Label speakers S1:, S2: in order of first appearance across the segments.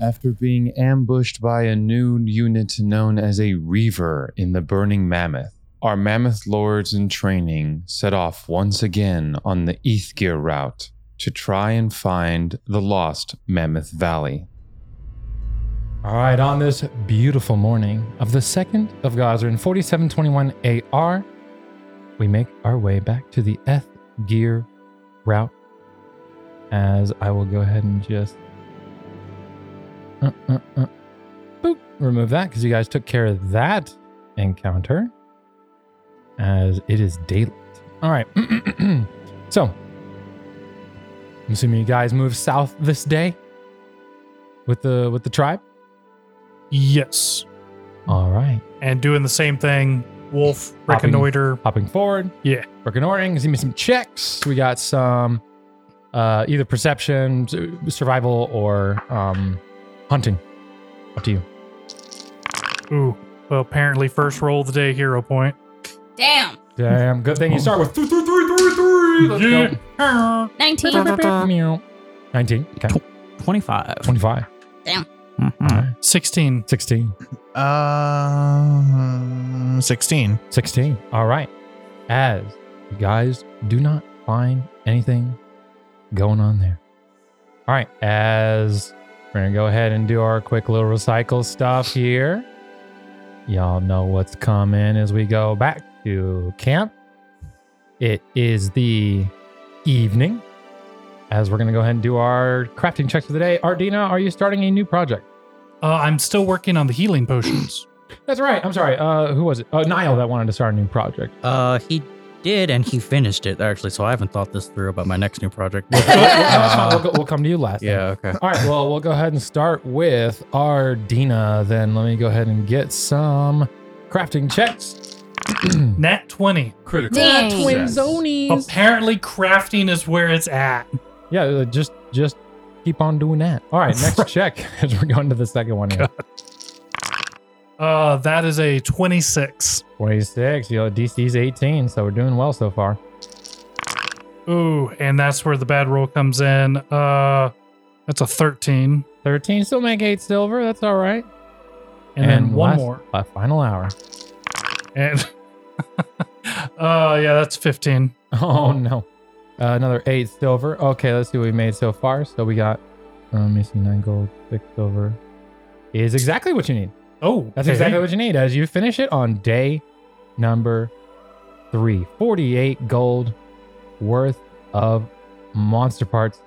S1: After being ambushed by a new unit known as a Reaver in the Burning Mammoth, our Mammoth Lords in training set off once again on the Ethgear route to try and find the lost Mammoth Valley.
S2: All right, on this beautiful morning of the 2nd of Gazrin 4721 AR, we make our way back to the Eth Gear route. As I will go ahead and just uh, uh, uh, boop, remove that because you guys took care of that encounter. As it is daylight. All right, so I'm assuming you guys move south this day with the with the tribe.
S3: Yes.
S2: All right.
S3: And doing the same thing. Wolf,
S2: Hopping.
S3: reconnoiter.
S2: Hopping forward.
S3: Yeah.
S2: Reconnoitering. Give me some checks. We got some uh, either perception, su- survival, or um, hunting. Up to you.
S3: Ooh. Well, apparently, first roll of the day hero point.
S4: Damn.
S2: Damn. Good thing you start with three, three, three, three, three. Let's
S3: Yeah.
S4: Nineteen.
S2: 19. Okay.
S5: 25.
S2: 25.
S5: Mhm.
S3: 16.
S2: 16.
S5: Uh, 16.
S2: 16. All right. As you guys do not find anything going on there. All right. As we're going to go ahead and do our quick little recycle stuff here. Y'all know what's coming as we go back to camp. It is the evening. As we're going to go ahead and do our crafting checks for the day. Ardina, are you starting a new project?
S3: Uh, I'm still working on the healing potions.
S2: That's right. I'm sorry. Uh, who was it? Uh, Niall that wanted to start a new project.
S5: Uh, he did, and he finished it actually. So I haven't thought this through about my next new project.
S2: We'll- we'll- that's fine. We'll, go- we'll come to you last. then.
S5: yeah. Okay.
S2: All right. Well, we'll go ahead and start with our Dina. Then let me go ahead and get some crafting checks.
S3: Nat 20.
S1: Critical.
S4: Dang.
S3: Apparently, crafting is where it's at.
S2: Yeah. uh, Just just keep on doing that. All right. Next check as we're going to the second one here.
S3: Uh, that is a 26.
S2: Twenty six. You know, DC's eighteen, so we're doing well so far.
S3: Ooh, and that's where the bad roll comes in. Uh, that's a 13.
S2: Thirteen. Still make eight silver. That's all right.
S3: And, then one
S2: last-
S3: more.
S2: uh, final hour.
S3: And uh, yeah, that's 15.
S2: Oh no. Uh, another eight silver. Okay, let's see what we made so far. So we got um let me see nine gold, six silver. Is exactly what you need.
S3: Oh,
S2: That's exactly what you need as you finish it on day number three. 48 gold worth of monster parts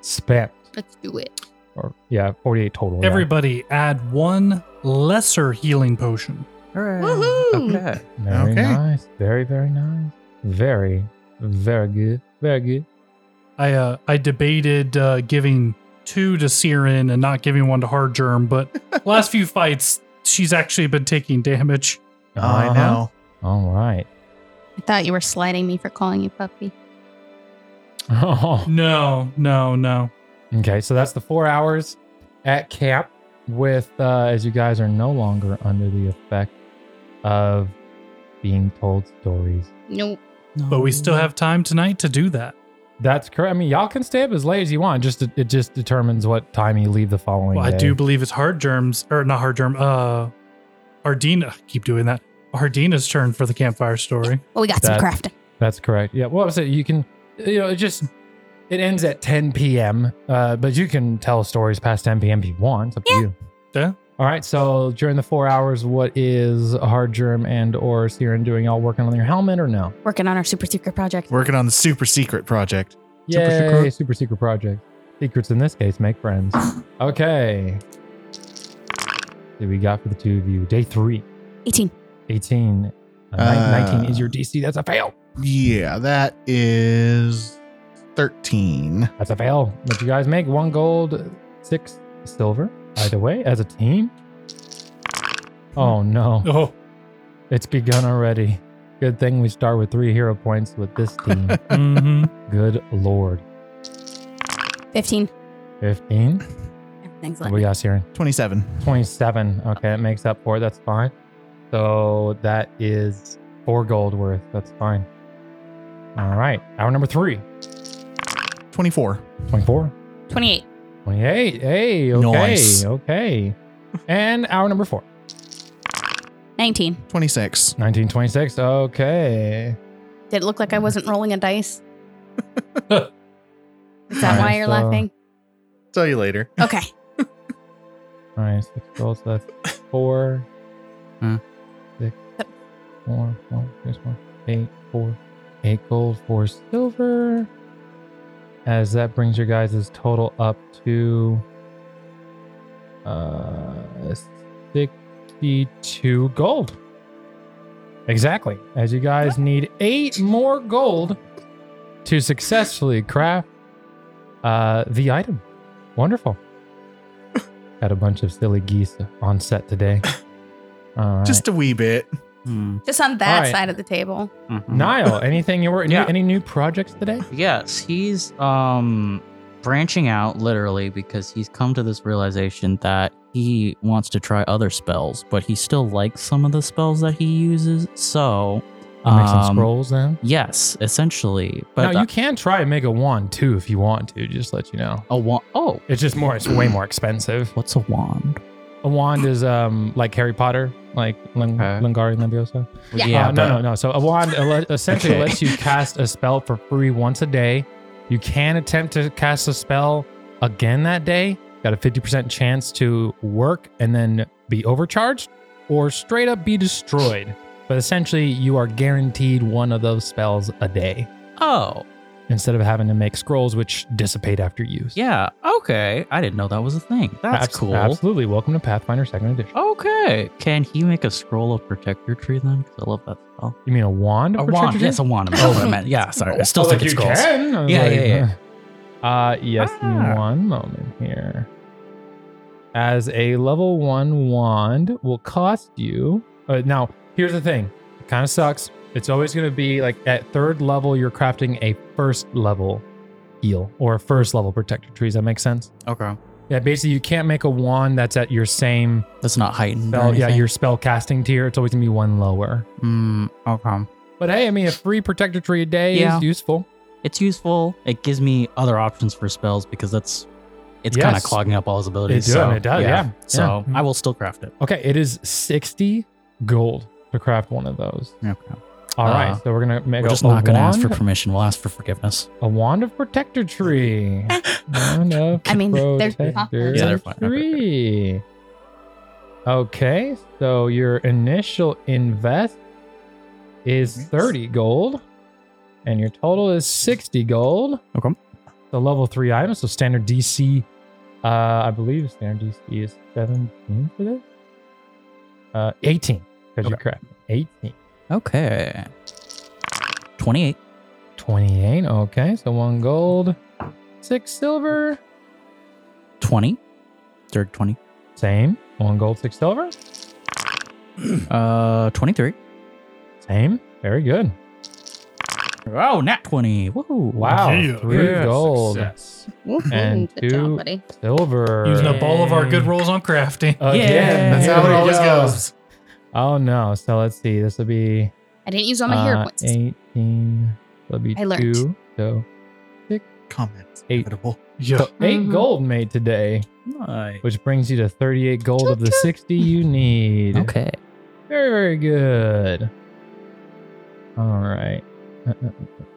S2: spent.
S4: Let's do it.
S2: Or yeah, 48 total. yeah.
S3: Everybody, add one lesser healing potion.
S5: Hooray.
S4: Woohoo.
S5: Okay.
S2: Very
S6: Okay.
S2: nice. Very, very nice. Very, very good. Very good.
S3: I uh, I debated uh, giving two to Siren and not giving one to Hard Germ, but last few fights she's actually been taking damage.
S6: I
S2: Uh-huh.
S6: know.
S2: All right.
S4: I thought you were slighting me for calling you puppy.
S2: Oh.
S3: No, no, no.
S2: Okay, so that's the four hours at camp with, uh, as you guys are no longer under the effect of being told stories.
S4: Nope.
S3: But we still have time tonight to do that.
S2: That's correct. I mean, y'all can stay up as late as you want. Just it just determines what time you leave the following
S3: Well, I
S2: day.
S3: do believe it's Hard Germ's or not Hard Germ. Uh, Ardina. I keep doing that. Ardina's turn for the campfire story.
S4: Well, we got
S2: That-
S4: some crafting.
S2: That's correct. Yeah. What was it? You can, you know, it just it ends at 10 p.m. Uh, but you can tell stories past 10 p.m. if you want. It's up to you.
S3: Yeah.
S2: All right. So during the four hours, what is Hard Germ and or Siren doing? Y'all working on your helmet or no?
S4: Working on our super secret project.
S6: Working on the super secret project.
S2: Super
S3: Super
S2: secret.
S3: secret.
S2: Super secret project. Secrets in this case make friends. Okay. What do we got for the two of you? Day three.
S4: 18.
S2: 18. Uh,
S6: Uh,
S2: 19 is your DC. That's a fail.
S6: Yeah, that is 13.
S2: That's a fail. But you guys make one gold, six silver. Either way, as a team. Oh no,
S3: Oh,
S2: it's begun already. Good thing we start with three hero points with this team.
S3: hmm
S2: Good lord.
S4: 15.
S2: 15.
S4: Everything's
S2: What
S4: like
S2: do we got, Siren?
S6: 27.
S2: 27. Okay, that makes up for it. That's fine. So that is four gold worth. That's fine. All right. Hour number three.
S6: 24.
S2: 24.
S4: 28.
S2: 28. Hey, okay.
S6: Nice.
S2: Okay. And hour number four.
S4: 19.
S6: 26.
S2: 1926. Okay.
S4: Did it look like I wasn't rolling a dice? Is
S2: Alright,
S4: that why you're
S2: so-
S4: laughing?
S6: Tell you later.
S4: Okay.
S2: All right. Six rolls left. Four.
S5: Hmm.
S2: Six. Four. One. There's one. Eight. Four. Eight gold. Four silver. As that brings your guys' total up to uh, 62 gold. Exactly. As you guys need eight more gold to successfully craft uh, the item. Wonderful. Got a bunch of silly geese on set today. Uh, All right.
S6: Just a wee bit.
S5: Hmm.
S4: Just on that
S2: Alright.
S4: side of the table.
S5: Mhm.
S2: Niall, anything you were
S5: Yeah.
S2: any, any new projects today?
S5: Yes, he's um branching out literally because he's come to this realization that he wants to try other spells, but he still likes some of the spells that he uses. So,
S2: make some
S5: um,
S2: scrolls then.
S5: Yes, essentially. But
S2: now you can try and make a wand too if you want to. Just let you know.
S5: a wand. Oh,
S2: It's just more. It's way more expensive.
S5: what's a wand?
S2: A wand is um like Harry Potter, like Ling-
S5: Okay.
S2: Lingari Leviosa.
S4: Yeah.
S2: Uh, no, no, no. So a wand ele- essentially
S5: Okay.
S2: lets you cast a spell for free once a day. You can attempt to cast a spell again that day. Got a 50% chance to work and then be overcharged or straight up be destroyed. But essentially, you are guaranteed one of those spells a day
S5: Oh,
S2: instead of having to make scrolls which dissipate after use.
S5: yeah. Okay. I didn't know that was a thing. That's
S2: Abs-
S5: cool.
S2: Absolutely. Welcome to Pathfinder 2nd Edition.
S5: Okay. Can he make a scroll of protect your tree then? 'Cause I love that spell.
S2: You mean a wand? to
S5: A
S2: protect
S5: wand.
S2: your-
S5: Yes, a wand. That's what I meant. Yeah, sorry. I still
S2: Oh,
S5: think
S2: like
S5: it's
S2: you
S5: scrolls.
S2: can? I was
S5: Yeah, yeah, yeah.
S2: huh. Uh, yes, give me
S5: Ah.
S2: one moment here. As a level one wand will cost you. Uh, now, here's the thing. It kind of sucks. It's always going to be like at third level, you're crafting a first level heal or a first level protector trees. That makes sense.
S5: Okay.
S2: Yeah, basically, you can't make a wand that's at your same
S5: That's not heightened. or
S2: spell. Yeah,
S5: anything.
S2: your spell casting tier. It's always going to be one lower.
S5: Mm, okay.
S2: But hey, I mean, a free protector tree a day
S5: Yeah.
S2: is useful.
S5: It's useful. It gives me other options for spells because that's it's kind of
S2: Yes.
S5: clogging up all his abilities.
S2: does,
S5: so,
S2: it does, yeah,
S5: So
S2: yeah.
S5: I will still craft it.
S2: Okay, it is 60 gold to craft one of those.
S5: Okay.
S2: All right,
S5: Uh,
S2: so we're going to make
S5: We're
S2: a,
S5: just
S2: a
S5: not going to ask
S2: wand,
S5: for permission. We'll ask for forgiveness.
S2: a wand of protector tree. wand of
S4: I mean, they're-
S2: protector
S4: Yeah,
S5: they're fine. Okay, okay,
S2: tree. Okay, so your initial invest is 30 gold and your total is 60 gold.
S5: Okay.
S2: The level 3 item, so standard DC uh I believe standard DC is 17 for this. Uh 18 cuz you're correct. 18.
S5: Okay. 28.
S2: 28. Okay, so 1 gold, 6 silver.
S5: 20. Third 20.
S2: Same. 1 gold, 6 silver.
S5: Uh, 23.
S2: Same. Very good.
S5: Oh, nat 20. Woo.
S2: Wow.
S3: Yeah.
S2: Three gold, And
S4: Good job,
S2: two-
S4: buddy.
S2: silver.
S3: Using up all of our good rolls on crafting.
S2: Again.
S6: That's
S5: That's Here
S6: how
S5: we
S6: it always goes.
S2: Oh no. So let's see. This will be
S4: I didn't use all my hero
S2: uh,
S4: points.
S2: 18. That'll be
S4: I learned.
S2: two. So
S6: Comments.
S2: Eight.
S6: Inevitable.
S3: Yeah.
S2: so eight
S4: Mhm.
S2: gold made today,
S5: Nice.
S2: which brings you to 38 gold of the 60 you need.
S5: Okay.
S2: Very, very good. All right. Uh,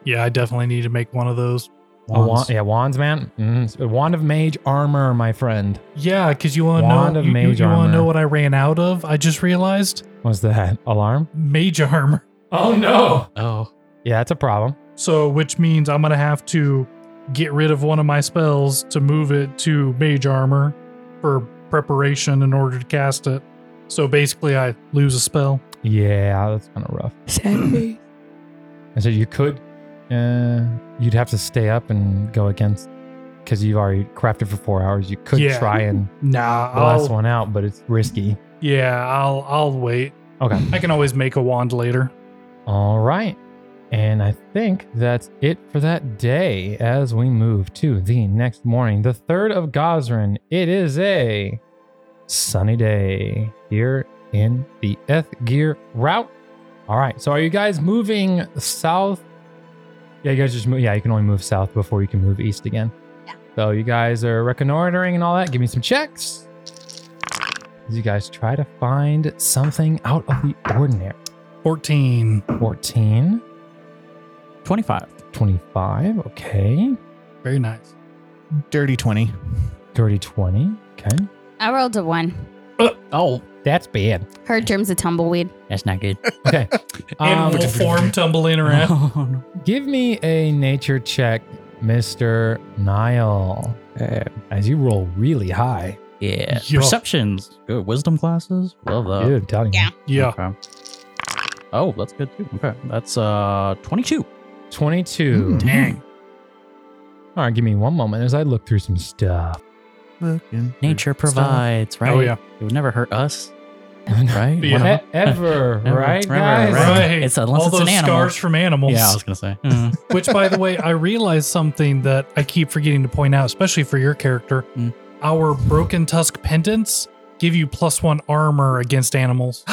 S3: Yeah, I definitely need to make one of those.
S2: A wand, yeah, wands, man. Mhm. So Wand of mage armor, my friend.
S3: Yeah, because you want to
S2: Wand
S3: know.
S2: of
S3: You,
S2: mage
S3: want
S2: armor.
S3: to know what I ran out of? I just realized
S2: What's that? Alarm?
S3: mage armor.
S2: Oh no.
S5: Oh.
S2: Yeah, that's a problem.
S3: So, which means I'm gonna have to get rid of one of my spells to move it to mage armor for preparation in order to cast it. So basically, I lose a spell.
S2: Yeah, that's kind of rough. I said you could. Uh, you'd have to stay up and go against because you've already crafted for four hours. You could
S3: Yeah.
S2: try and
S3: Nah,
S2: blast
S3: I'll,
S2: one out, but it's risky.
S3: yeah, I'll I'll wait.
S2: Okay.
S3: I can always make a wand later.
S2: All right. And I think that's it for that day as we move to the next morning, the third of Gosrin. It is a sunny day here in the Eth Gear route. All right. So are you guys moving south? Yeah, you guys just move. Yeah, you can only move south before you can move east again.
S4: Yeah.
S2: So you guys are reconnoitering and all that. Give me some checks. As you guys try to find something out of the ordinary.
S3: 14.
S2: 14,
S5: 25.
S2: 25, okay.
S3: Very nice.
S6: Dirty 20.
S2: Dirty 20, okay.
S4: I rolled a one.
S5: Oh,
S2: That's bad.
S4: Her germs a tumbleweed.
S5: that's not good.
S2: Okay.
S3: In wolf Um, form tumbling around.
S5: Oh, no.
S2: Um, Give me a nature check, Mr. Nile. Uh, as you roll really high.
S5: Yeah.
S3: Yo.
S5: Perceptions. Good. Wisdom classes. Love that.
S2: Dude, I'm telling you.
S4: Yeah.
S3: Yeah.
S5: Okay. Oh, that's good too. Okay. That's uh 22.
S2: 22.
S5: Hmm.
S6: Dang.
S3: Oh,
S2: All right, give me one moment as I look through some stuff.
S6: Looking
S5: Nature provides, right?
S3: Oh, yeah.
S5: It would never hurt us, right?
S2: E-
S3: Yeah.
S2: ever,
S5: Ever,
S2: right,
S5: right,
S2: guys?
S5: right.
S3: Right.
S5: It's unless
S3: All
S5: it's
S3: those
S5: an animal.
S3: scars from animals.
S5: Yeah, I was gonna say. Mm.
S3: Which, by the way, I realized something that I keep forgetting to point out, especially for your character.
S5: Mm.
S3: Our broken tusk pendants give you plus one armor against animals.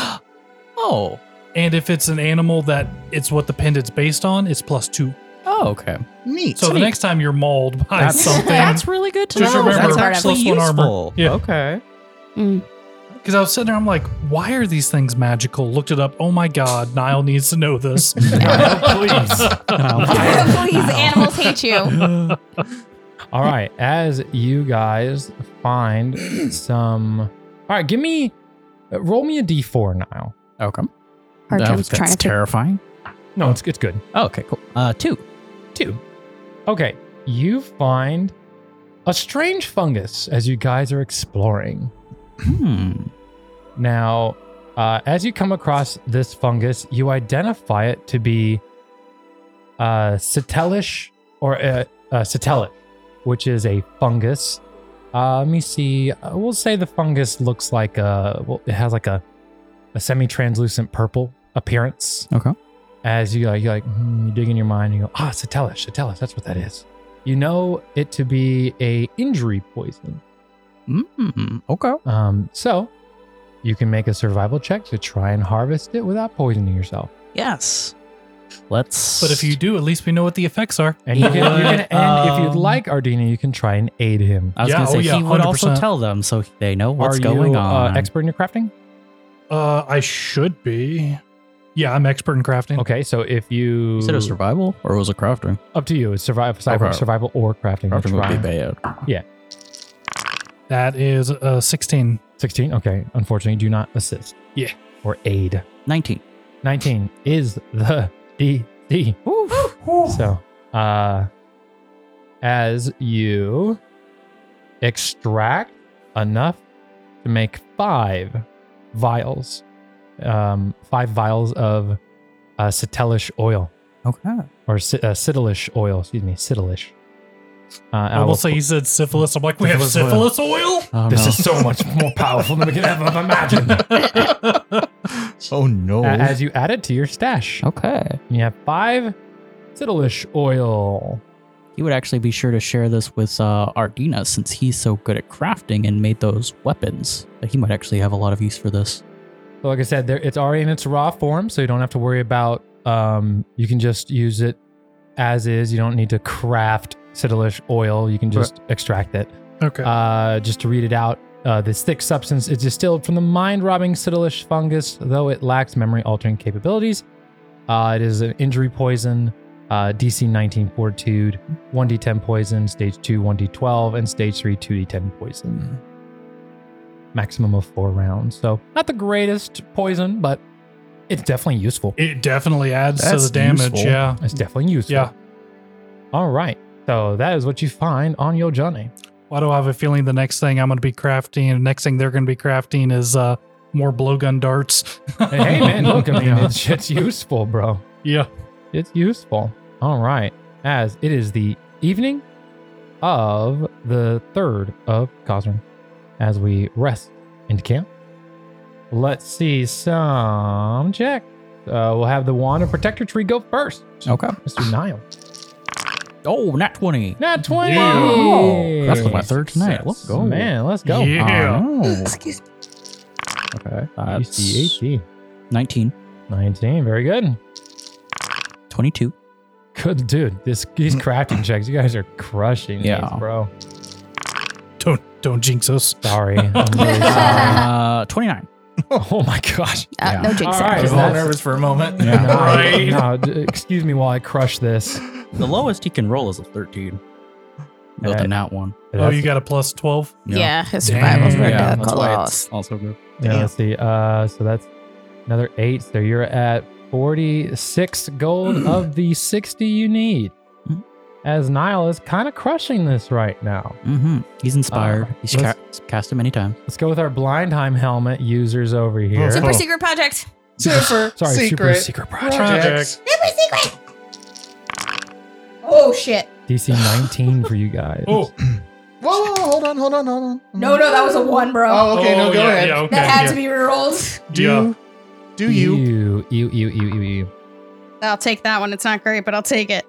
S5: oh.
S3: And if it's an animal that it's what the pendant's based on, it's plus two.
S5: Oh, okay.
S6: neat.
S3: So the next time you're mauled by
S5: That's
S3: something,
S5: That's really good to
S3: just
S5: know.
S3: remember
S5: that's actually
S3: plus one armor.
S5: useful.
S3: Yeah.
S5: Okay.
S4: Mm.
S3: because I was sitting there, I'm like, why are these things magical? Looked it up. Oh my God, Niall needs to know this. Niall,
S4: Please, animals hate you.
S2: All right, as you guys find some. All right, give me. uh, Roll me a d4 now.
S5: Okay.
S4: Her
S5: That-
S4: germs trying
S5: that's
S4: to.
S5: terrifying.
S2: No, it's, it's good.
S5: Oh, okay, cool. Uh, two.
S2: Two. Okay, you find a strange fungus as you guys are exploring.
S5: Hmm.
S2: Now, uh, as you come across this fungus, you identify it to be uh, Satellish or uh, uh, Satellic, which is a fungus. Uh, let me see. Uh, We'll say the fungus looks like a. Well, it has like a, a semi-translucent purple appearance.
S5: Okay.
S2: As you like, you like, hmm, you dig in your mind, and you go, ah, Satellish, Satellish, that's what that is. You know it to be a injury poison.
S5: Mm, okay.
S2: Um, so you can make a survival check to try and harvest it without poisoning yourself.
S5: Yes. Let's.
S3: but if you do, at least we know what the effects are.
S2: And you can, you can
S5: What?
S2: and if you'd
S5: Um,
S2: like, Ardina, you can try and aid him.
S5: I was
S3: Yeah,
S5: gonna say
S3: oh, yeah,
S5: he would also
S3: 100%.
S5: tell them so they know what's
S2: Are
S5: going
S2: you,
S5: on.
S2: Uh, expert in your crafting?
S3: Uh, I should be. Yeah, I'm expert in crafting.
S2: Okay, so if you,
S5: Is it a survival or was it crafting?
S2: up to you, it's survival, survival,
S5: Okay.
S2: survival or crafting.
S5: Crafting
S2: which
S5: would be
S2: one?
S5: bad.
S3: That is uh, 16.
S2: Sixteen. Okay, unfortunately, do not assist.
S3: Yeah.
S2: or aid.
S5: Nineteen.
S2: Nineteen is the DC. So, uh, as you extract enough to make five vials, um, five vials of uh, Citellish oil
S5: Okay.
S2: or ci- uh, Citellish oil, excuse me, Citellish. Uh, and
S3: I will say you said syphilis. I'm like, we have
S2: Syphilis
S3: syphilis oil?
S5: Oh,
S2: this
S5: no.
S2: is so much more powerful than we could ever have imagined. A-
S6: oh no.
S2: As you add it to your stash,
S5: okay.
S2: you have five Citellish oil.
S5: He would actually be sure to share this with uh, Ardina since he's so good at crafting and made those weapons. That he might actually have a lot of use for this.
S2: So like I said, there, it's already in its raw form, so you don't have to worry about. Um, you can just use it as is. You don't need to craft citilish oil. You can just extract it.
S3: Okay.
S2: Uh, just to read it out, uh, this thick substance is distilled from the mind-robbing citilish fungus, though it lacks memory-altering capabilities. Uh, it is an injury poison, uh, DC 19 fortitude, 1d10 poison, stage 2, 1d12, and stage 3, 2d10 poison. Maximum of four rounds. So, not the greatest poison, but it's definitely useful.
S3: it definitely adds to
S6: That's
S3: the damage.
S6: useful.
S3: Yeah.
S2: It's definitely useful.
S3: Yeah.
S2: All right. So, that is what you find on your journey.
S3: Why do I have a feeling the next thing I'm going to be crafting and the next thing they're going to be crafting is uh, more blowgun darts?
S2: hey, man, look, I mean, it's, it's useful, bro.
S3: yeah.
S2: It's useful. All right. As it is the evening of the third of Cosrin, as we rest into camp. Let's see some check. Uh, we'll have the wand of protector tree go first.
S5: Okay.
S2: Mr. Nile.
S5: Oh, not twenty.
S2: Nat 20.
S5: Yeah. That's my third tonight. Let's go.
S2: Man, let's go.
S3: Yeah.
S5: Oh.
S4: Excuse me.
S5: Okay. That's
S2: UCHD.
S5: 19,
S2: 19. Very good.
S5: 22.
S2: Good dude. This these crafting checks, you guys are crushing
S5: Yeah.
S2: these, bro.
S3: Don't don't jinx us.
S2: Sorry. I'm really sorry.
S5: uh, 29.
S2: oh my gosh.
S4: Uh, No jinx.
S2: All right,
S4: Right,
S7: I was a little
S2: that's-
S7: nervous for a moment.
S5: Yeah.
S2: No,
S3: Right.
S2: no, d- excuse me while I crush this.
S5: The lowest he can roll is a 13. With
S2: Alright.
S5: a nat one.
S3: Oh, you got a plus twelve.
S4: yeah, his
S3: Dang.
S4: survival's
S3: Yeah,
S5: that's
S4: ridiculous.
S5: why it's also good.
S2: Yeah, let's see. Uh, so that's another eight. So you're at 46 gold of the 60 you need.
S5: Mhm.
S2: As Nile is kind of crushing this right now.
S5: hmm He's inspired.
S2: Alright,
S5: He's ca-
S2: let's-
S5: cast it many times.
S2: Let's go with our blind time helmet users over here.
S4: Super
S7: Oh.
S4: secret project.
S7: Super
S2: Sorry, super secret project.
S3: Project.
S4: Super secret. Oh shit.
S2: DC 19 for you guys.
S3: Oh,
S7: Whoa, whoa, whoa, hold on, hold on, hold on.
S4: No, no, that was a one, bro.
S7: Oh, okay, no,
S3: Oh,
S7: go
S3: yeah,
S7: ahead.
S3: Yeah, okay,
S4: that had
S3: yeah.
S4: to be rerolled.
S7: Do
S3: Yeah.
S7: do you?
S2: Ew, ew, ew, ew, ew, ew.
S4: I'll take that one. It's not great, but I'll take it.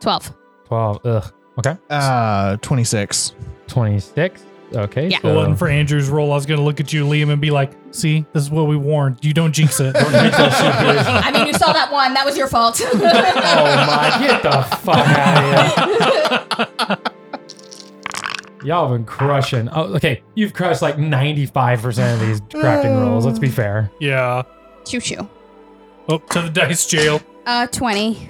S4: Twelve.
S2: 12. Ugh. Okay.
S7: Uh, twenty six.
S2: 26. Okay.
S4: Yeah.
S2: So,
S3: If it wasn't for Andrew's roll, I was gonna look at you, Liam, and be like, "See, this is what we warned. You don't jinx it."
S4: I mean, you saw that one. That was your fault.
S2: oh my, get the fuck out of here. Y'all been crushing. Oh, okay. You've crushed like 95% of these crafting rolls. Let's be fair.
S3: yeah.
S4: Choo choo.
S3: Oh, to the dice jail.
S4: Uh, twenty.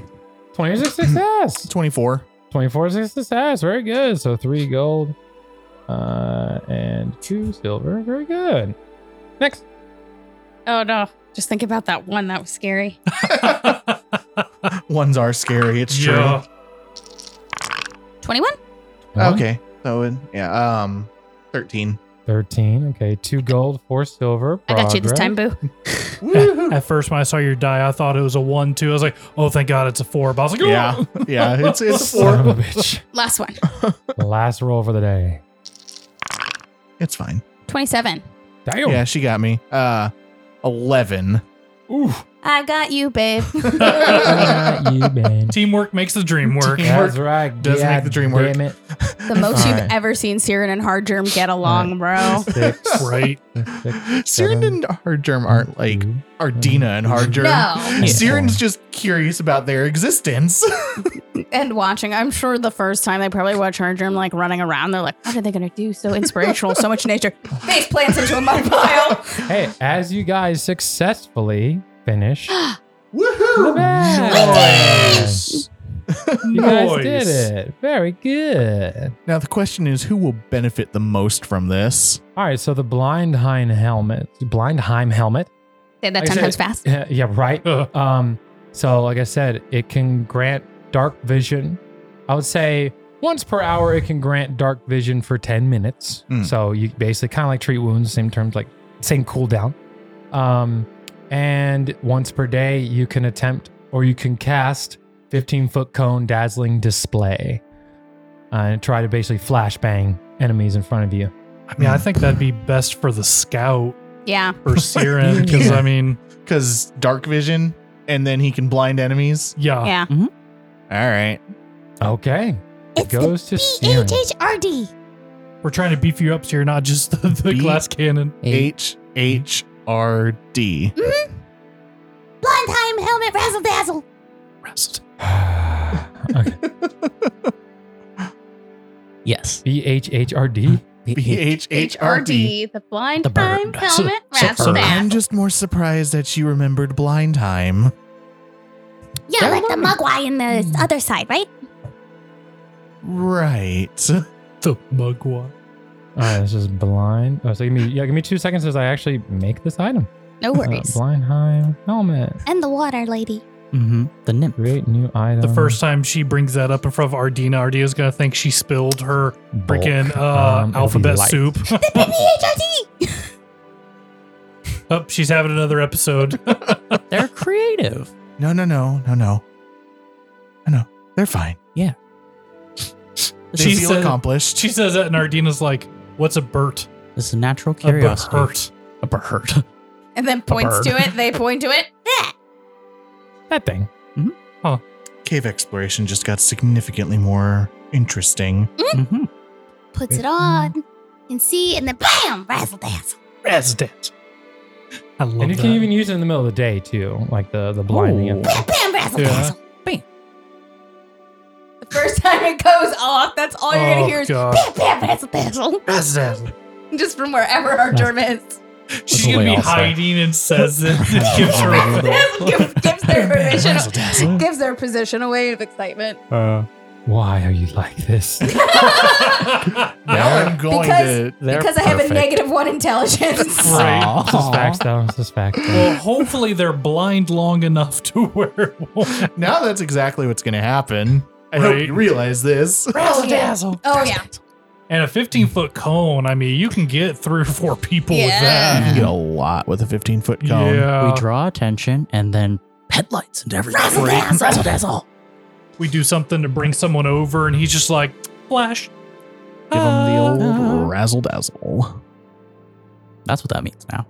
S2: 20 is a success.
S7: Twenty four.
S2: 24 is a success. Very good. So three gold uh, and two silver. Very good. Next.
S4: Oh no. Just think about that one. That was scary.
S7: Ones are scary. It's true.
S3: Yeah.
S4: Twenty-one.
S7: Okay. So it- yeah. Um, thirteen.
S2: 13. Okay. Two gold, four silver.
S4: I got you this
S2: Progress.
S4: time, boo.
S3: At first, when I saw your die, I thought it was a one, two. I was like, "Oh, thank God, it's a four. But I was like, "Oh,
S7: Yeah. Yeah. It's it's a
S2: Son
S7: four.
S2: of a bitch.
S4: Last one.
S2: Last roll for the day.
S7: It's fine.
S4: Twenty-seven.
S2: Damn.
S7: Yeah, she got me. Uh, eleven.
S2: Ooh.
S4: I got you, babe.
S2: Where have you been?
S3: teamwork makes the dream work."
S2: That's right.
S7: does make the dream work.
S2: Damn it.
S4: The most
S2: Alright.
S4: you've ever seen Siren and Hard Germ get along, bro.
S2: Six.
S3: Right.
S2: six, six,
S7: Siren
S2: seven,
S7: and Hard Germ aren't like
S2: two.
S7: Ardina and Hard Germ.
S4: No.
S7: Siren's just curious about their existence.
S4: And watching, I'm sure the first time they probably watch Hard Germ like running around, they're like, what are they going to do? So inspirational, so much nature. Face plants into a mud pile.
S2: Hey, as you guys successfully finish the
S7: Woohoo!
S2: match. You guys
S3: Nice.
S2: did it. Very good.
S7: Now the question is, who will benefit the most from this?
S2: All right, so the Blindheim helmet, Blindheim helmet.
S4: Say that
S2: I
S4: 10
S2: said-
S4: times fast.
S2: yeah, right.
S3: Uh,
S2: Um, so like I said, it can grant dark vision. I would say once per hour it can grant dark vision for 10 minutes.
S7: Mm.
S2: So you basically kind of like treat wounds, same terms, like same cooldown. Um, and once per day you can attempt or you can cast 15 foot cone dazzling display uh, and try to basically flashbang enemies in front of you.
S3: I mean, I think that'd be best for the scout
S4: Yeah.
S3: for Siren because I mean,
S7: Because dark vision, and then he can blind enemies.
S3: yeah,
S4: Yeah.
S7: All right.
S2: Okay. It goes
S8: E
S2: to Siren.
S4: R-D.
S3: we're trying to beef you up, so you're not just the, the
S7: Beef?
S3: glass cannon.
S7: H H R D.
S4: Blindheim helmet razzle dazzle.
S3: Rest.
S2: okay.
S5: Yes.
S2: B H H R D.
S7: B H H R D.
S4: The
S5: The
S4: blindheim
S5: bird.
S4: helmet
S3: So- so-
S4: razzle
S3: so-
S7: I'm
S4: dazzle.
S7: just more surprised that she remembered Blindheim.
S4: yeah, like the mugwai in the other side, right?
S7: Right.
S3: The mugwai.
S2: All right, Uh, this is blind. Oh, so give me yeah, give me two seconds as I actually make this item.
S4: No
S2: Uh,
S4: worries.
S2: Blindheim helmet.
S4: and the water lady.
S5: Mm-hmm. The nymph.
S2: Create new item.
S3: The first time she brings that up in front of Ardina, Ardina's gonna think she spilled her
S2: Bulk.
S3: freaking uh,
S2: Um, it'll be
S3: alphabet
S2: light.
S3: soup.
S4: BHRD.
S3: oh, she's having another episode.
S5: They're creative.
S7: No, no, no, no, no. No, no. They're fine. They
S3: She
S7: feel
S3: said-
S7: accomplished.
S3: she says that, and Ardina's like, "What's a burt?
S5: This is natural
S3: A
S5: curiosity.
S3: burt?
S5: A bird.
S4: And then points to it. They point to it. That.
S2: that thing.
S7: Cave exploration just got significantly more interesting.
S5: mm-hmm.
S8: puts it on and see, and then bam, razzle dazzle.
S3: Resident." I love
S2: and you
S3: that.
S2: can even use it in the middle of the day too, like the the blinding.
S5: Ooh.
S2: effect.
S8: Bam, razzle
S3: Yeah.
S8: dazzle.
S4: it goes off, that's all you're gonna
S3: Oh,
S4: hear is
S3: God.
S4: bam, bam, razzle dazzle, just from wherever our dorm is.
S2: This
S3: She's
S2: is
S3: gonna
S2: way
S3: be
S2: off there.
S3: hiding and says it. and gives her.
S4: gives, gives their position, gives their position a wave of excitement
S2: Uh, Why are you like this?
S7: Now I'm going
S4: Because-
S7: to. There.
S4: because I have a negative one intelligence.
S3: Right.
S2: This is facts, though. This is facts. though.
S3: Well, hopefully they're blind long enough to where it won't.
S7: Now that's exactly what's going to happen. I
S3: Right.
S7: hope you realize this.
S4: Razzle dazzle. Oh yeah.
S3: And a 15 foot cone, I mean, you can get three or four people with
S7: You
S4: Yeah.
S7: can
S3: that.
S7: get a lot with a 15 foot cone.
S3: Yeah.
S5: we draw attention and then headlights into everything.
S8: Razzle dazzle.
S5: Razzle dazzle.
S3: we do something to bring someone over, and he's just like, flash.
S7: Give them the old
S4: Uh-huh.
S5: Ah.
S7: razzle dazzle.
S5: That's what that means now.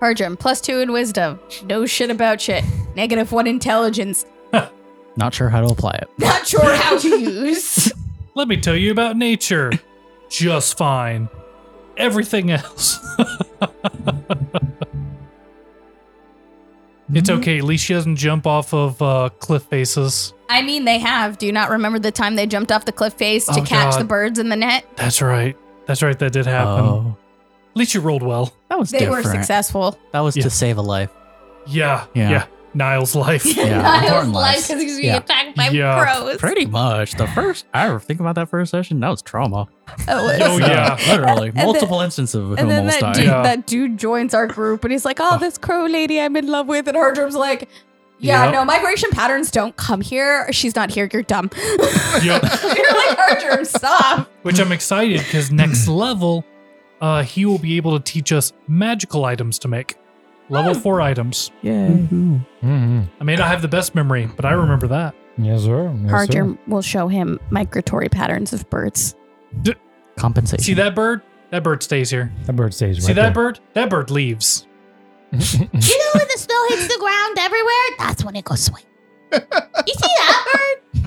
S4: Harjum, plus two in wisdom. No shit about shit. Negative one intelligence.
S5: Not sure how to apply it.
S4: Not sure how to use.
S3: Let me tell you about nature. just fine. Everything else. it's okay. At least she doesn't jump off of uh, cliff faces.
S4: I mean, they have. Do you not remember the time they jumped off the cliff face to
S3: Oh,
S4: catch
S3: God.
S4: the birds in the net?
S3: That's right. That's right. That did happen.
S5: Oh,
S3: At least you rolled well.
S5: that was
S4: they
S5: different.
S4: were successful.
S5: That was
S3: Yeah.
S5: to save a life.
S3: Yeah.
S5: Yeah.
S3: Yeah. Niall's life.
S5: Yeah,
S4: Niall's
S5: important
S4: life
S5: life.
S4: because he's being
S5: Yeah.
S4: attacked by
S3: Yeah.
S4: pros.
S5: Pretty much. The first, I ever think about that first session, that was trauma.
S4: Oh, it
S3: Oh,
S4: was-
S3: yeah.
S5: Literally.
S4: then-
S5: multiple instances of him
S4: And then
S5: almost
S4: that
S5: dying.
S4: dude,
S3: Yeah.
S4: that dude joins our group and he's like, oh, this crow lady I'm in love with. And Harjum's like, yeah,
S3: Yep.
S4: no, migration patterns don't come here. She's not here. You're dumb.
S3: Yep.
S4: You're like, Harjum, stop.
S3: Which I'm excited because next level, uh, he will be able to teach us magical items to make. Level four items. Mm-hmm.
S5: Yeah.
S2: Mhm.
S3: I may not have the best memory, but I remember that.
S2: Yes, sir. Yes, sir.
S4: Harjum will show him migratory patterns of birds.
S5: Compensation.
S3: See that bird? That bird stays here.
S2: That bird stays right
S3: See that
S2: there.
S3: bird? That bird leaves.
S8: You know when the snow hits the ground everywhere? That's when it goes swing. You see that bird?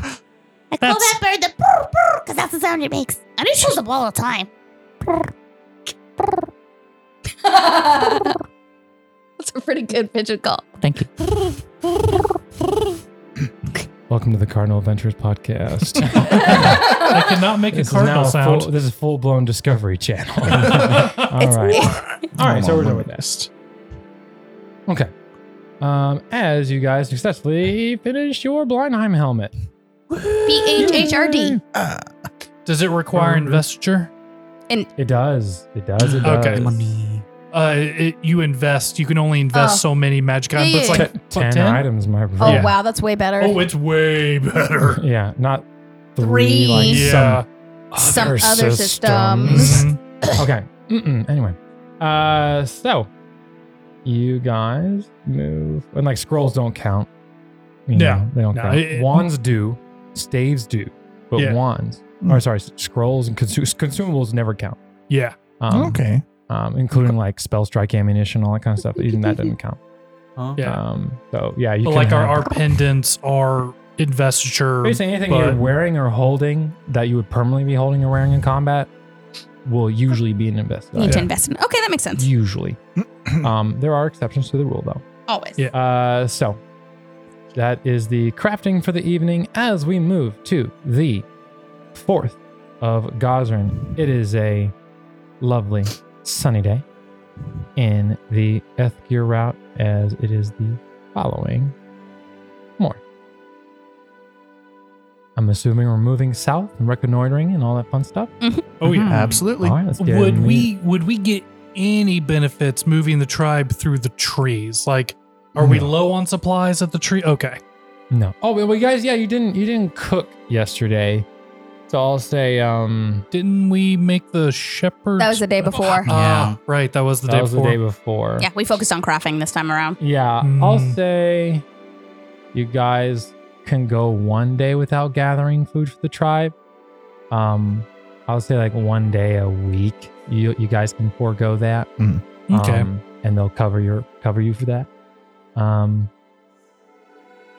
S8: I call
S3: That's-
S8: that bird the brr brr because that's the sound it makes. And it shows up all the time.
S4: That's a pretty good pigeon call.
S5: Thank you.
S2: Welcome to the Cardinal Adventures podcast.
S4: Ah!
S3: I cannot make a
S2: this, is now
S3: cardinal sound.
S2: full, this is full blown Discovery Channel. All right. All right, so we're doing this. Okay. Um, as you guys successfully finish your Blindheim helmet.
S8: B H H R
S7: Hmm.
S8: D.
S7: Ah,
S3: Does it require
S2: Mm-hmm.
S3: investiture?
S2: It does. It does. It does.
S3: Okay. Uh, it, you invest. You can only invest
S4: Oh.
S3: so many magic
S4: Yeah,
S3: items. but it's
S4: yeah,
S3: like
S2: Ten,
S3: what,
S2: ten
S3: 10?
S2: items, my
S4: Oh,
S2: brother.
S4: wow. That's way better.
S3: Oh, it's way better.
S2: Yeah, not three,
S4: Three.
S2: like
S3: Yeah.
S4: Some
S2: some other,
S4: other
S2: systems.
S4: systems.
S3: Mhm.
S2: okay. Mm-mm. Anyway, uh, so you guys move, and like scrolls don't count. You
S3: No,
S2: know, they don't
S3: no,
S2: count.
S3: it-
S2: wands do, staves do, but
S3: Yeah.
S2: wands, or sorry, s- scrolls and consu- consumables never count.
S3: Yeah.
S2: Um,
S6: okay.
S2: um, including like spell strike ammunition, all that kind of stuff. Even that doesn't count.
S3: Yeah.
S2: Um, so yeah, you
S3: but
S2: can
S3: like our,
S2: have-
S3: our pendants are investiture.
S2: Basically, anything
S3: but-
S2: you're wearing or holding that you would permanently be holding or wearing in combat will usually be an
S4: Need
S2: investigation.
S4: to invest in. Okay, that makes sense.
S2: Usually. um, there are exceptions to the rule, though.
S4: Always.
S3: Yeah.
S2: Uh, so, that is the crafting for the evening as we move to the fourth of Gazrin. It is a lovely sunny day in the Ethgear route as it is the following morning. I'm assuming we're moving south and reconnoitering and all that fun stuff.
S3: Oh yeah.
S7: Absolutely.
S2: all right, let's get
S3: Would
S2: in.
S3: we would we get any benefits moving the tribe through the trees? Like are we
S2: No.
S3: low on supplies at the tree? Okay.
S2: No. Oh well, you guys, yeah, you didn't you didn't cook yesterday, so I'll say um
S3: Didn't we make the shepherd? Oh,
S4: That was the day before.
S5: Yeah.
S3: right. That was the
S2: that
S3: day
S2: was
S3: before.
S2: the day before.
S4: Yeah, we focused on crafting this time around.
S2: Yeah, I'll
S3: Mm.
S2: say you guys can go one day without gathering food for the tribe. Um, I'll say like one day a week. You you guys can forego that.
S3: okay.
S2: um, and they'll cover your cover you for that. Um,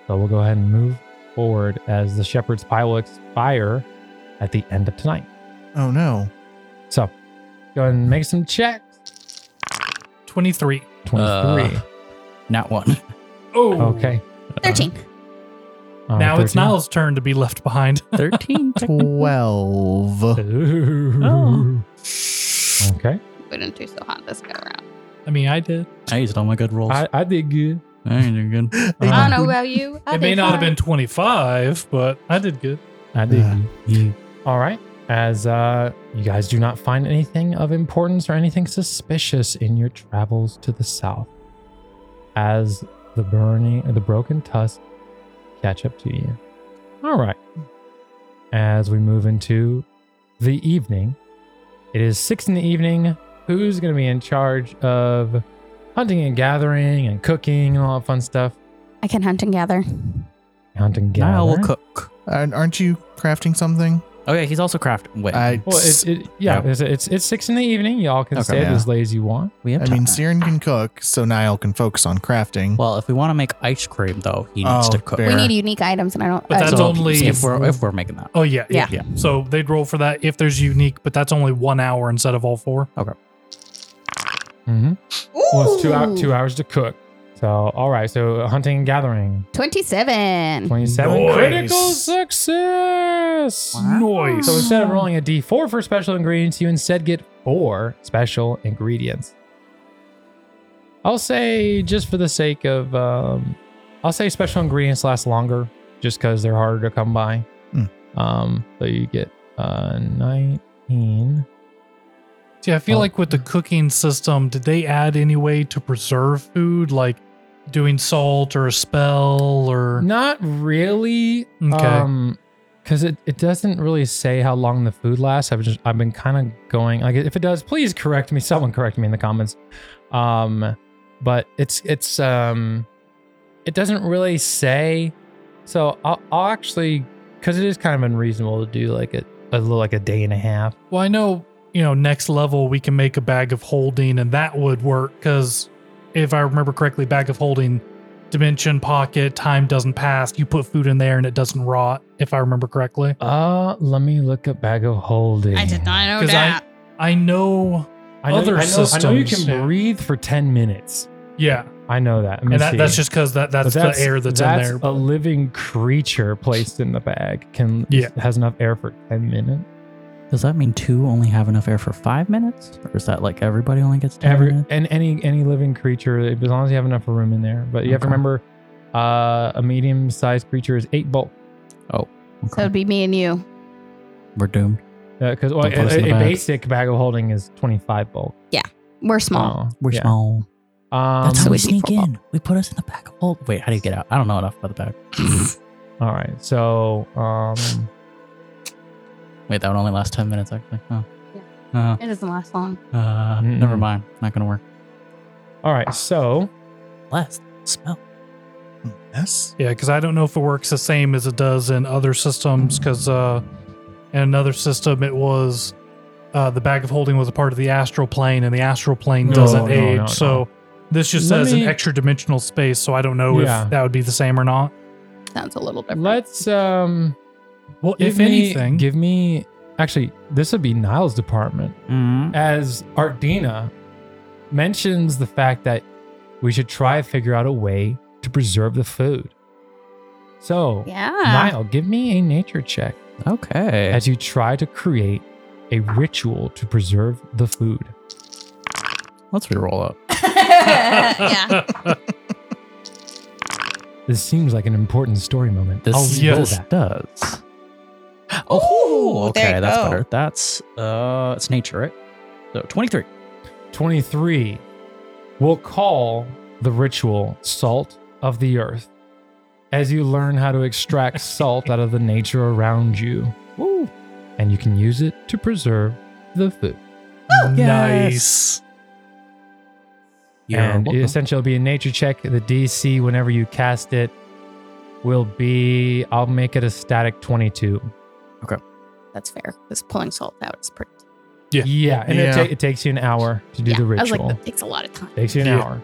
S2: so we'll go ahead and move forward as the shepherd's pie will expire at the end of tonight.
S6: Oh no.
S2: So go ahead and make some checks.
S3: 23.
S2: 23.
S5: Not one.
S3: Oh.
S2: okay.
S4: 13.
S2: Uh,
S3: now it's
S2: 13.
S3: Niall's turn to be left behind.
S5: 13. technically.
S7: 12.
S2: Ooh. Oh. Okay.
S8: We didn't do so hot this go around.
S3: I mean, I did.
S5: I used all my good rolls.
S2: I, I did good.
S5: I ain't doing good.
S8: I don't know about you. I
S3: it may
S8: did
S3: not have
S8: fine.
S3: been 25, but I did good.
S2: I did
S7: Yeah.
S2: good. All right. As uh, you guys do not find anything of importance or anything suspicious in your travels to the south, as the burning, the broken tusk catch up to you. All right. As we move into the evening, it is six in the evening. Who's going to be in charge of hunting and gathering and cooking and all that fun stuff?
S4: I can hunt and gather.
S2: Hunt and gather.
S5: Niall will cook.
S7: Aren't aren't you crafting something?
S5: Oh, yeah, he's also crafting. Wait.
S7: I,
S2: Well, it, it, yeah,
S5: Yeah.
S2: It's, it's it's six in the evening. Y'all can
S5: Okay.
S2: stay up
S7: Yeah.
S2: as late as you want.
S5: we have
S7: I
S5: time.
S7: mean, Siren can cook, so Niall can focus on crafting.
S5: well, if we want to make ice cream, though, he needs
S7: Oh,
S5: to cook.
S7: fair.
S4: We need unique items, and I don't. uh,
S3: But
S4: I
S3: that's
S4: don't-
S5: So,
S3: only-
S5: if we're, if we're making that.
S3: Oh, yeah, yeah.
S5: Yeah.
S3: So they'd roll for that if there's unique, but that's only one hour instead of all four.
S2: Mm-hmm. Well, it's two
S4: Ooh.
S2: out two hours to cook. So all right. So hunting and gathering,
S4: Twenty-seven.
S2: twenty seven
S3: Nice.
S2: critical success.
S3: Nice.
S2: So instead of rolling a d four for special ingredients, you instead get four special ingredients. I'll say just for the sake of, um, I'll say special ingredients last longer just because they're harder to come by.
S7: Hmm.
S2: Um, so you get uh, nineteen.
S3: See, I feel
S2: Oh.
S3: like with the cooking system, did they add any way to preserve food, like doing salt or a spell or?
S2: Not really.
S3: Okay.
S2: Um, because it, it doesn't really say how long the food lasts. I've just I've been kind of going like if it does, please correct me. Someone correct me in the comments. Um, but it's it's um, it doesn't really say. So I'll, I'll actually because it is kind of unreasonable to do like a, a little like a day and a half.
S3: Well, I know you know next level we can make a bag of holding, and that would work because if I remember correctly, bag of holding, dimension pocket, time doesn't pass. You put food in there and it doesn't rot. If I remember correctly,
S2: Uh, let me look up bag of holding.
S8: I did not
S4: Oh,
S8: know
S3: 'Cause I-
S8: that.
S3: I know.
S2: I know,
S3: Other
S2: I know, I know you
S3: systems,
S2: can
S3: yeah.
S2: breathe for ten minutes.
S3: Yeah,
S2: I know that. Let me
S3: and that,
S2: see.
S3: that's just because that that's,
S2: But
S3: the air that's, in there.
S2: A living creature placed in the bag can
S3: Yeah.
S2: has enough air for ten minutes.
S5: Does that mean two only have enough air for five minutes? Or is that like everybody only gets two
S2: Every
S5: minutes?
S2: and any any living creature, as long as you have enough room in there. But you have to
S5: Okay.
S2: remember, uh, a medium sized creature is eight bulk.
S4: So it'd be me and you.
S5: We're doomed.
S2: Because Uh, well,
S5: Don't put us
S2: a,
S5: in the
S2: a
S5: bag.
S2: basic bag of holding is twenty five bulk.
S4: We're small.
S2: So,
S5: We're
S2: yeah.
S5: small.
S2: Um,
S5: That's how
S4: So
S5: we
S4: it'd be
S5: sneak
S4: football.
S5: in. We put us in the back of hold. Wait, how do you get out? I don't know enough about the back.
S2: all right. So um,
S5: Wait, that would only last 10 minutes, actually. Oh.
S4: It doesn't last long.
S5: Uh, uh,
S2: Mm-mm.
S5: never mind. Not going to work.
S2: all right. So
S5: Last smell.
S7: yes.
S3: Yeah, because I don't know if it works the same as it does in other systems. Because uh, in another system, it was uh, the bag of holding was a part of the astral plane, and the astral plane
S2: No,
S3: doesn't
S2: no,
S3: age.
S2: no,
S3: So
S2: no.
S3: this just
S2: Let
S3: says
S2: me-
S3: an extra dimensional space. So I don't know
S2: Yeah.
S3: if that would be the same or not.
S4: Sounds a little different.
S2: let's um,
S3: Well,
S2: give
S3: if
S2: me-
S3: anything,
S2: give me actually this would be Niles' department.
S5: Mm.
S2: as Artdina mentions the fact that we should try to figure out a way to preserve the food. So,
S4: Yeah.
S2: Niall, give me a nature check
S5: Okay.
S2: as you try to create a ritual to preserve the food.
S5: Let's reroll up.
S4: yeah.
S2: This seems like an important story moment.
S5: This,
S2: I'll reroll
S5: this
S2: that.
S5: does.
S8: Ooh,
S5: Oh,
S8: there
S5: okay.
S8: you
S5: That's
S8: go.
S5: better. That's, uh, it's nature, right? So 23.
S2: 23. We'll call the ritual Salt of the Earth as you learn how to extract salt out of the nature around you. And you can use it to preserve the food. Oh,
S3: nice.
S5: You're
S2: and
S5: welcome.
S2: it essentially it'll be a nature check. The DC, whenever you cast it, will be, I'll make it a static 22.
S4: That's fair. Because pulling salt out is pretty.
S2: Yeah. and It,
S7: Yeah.
S2: ta- it takes you an hour to do
S4: yeah.
S2: the
S4: I was
S2: ritual.
S4: like, that takes a lot of time.
S2: Takes you an
S3: Yeah.
S2: hour.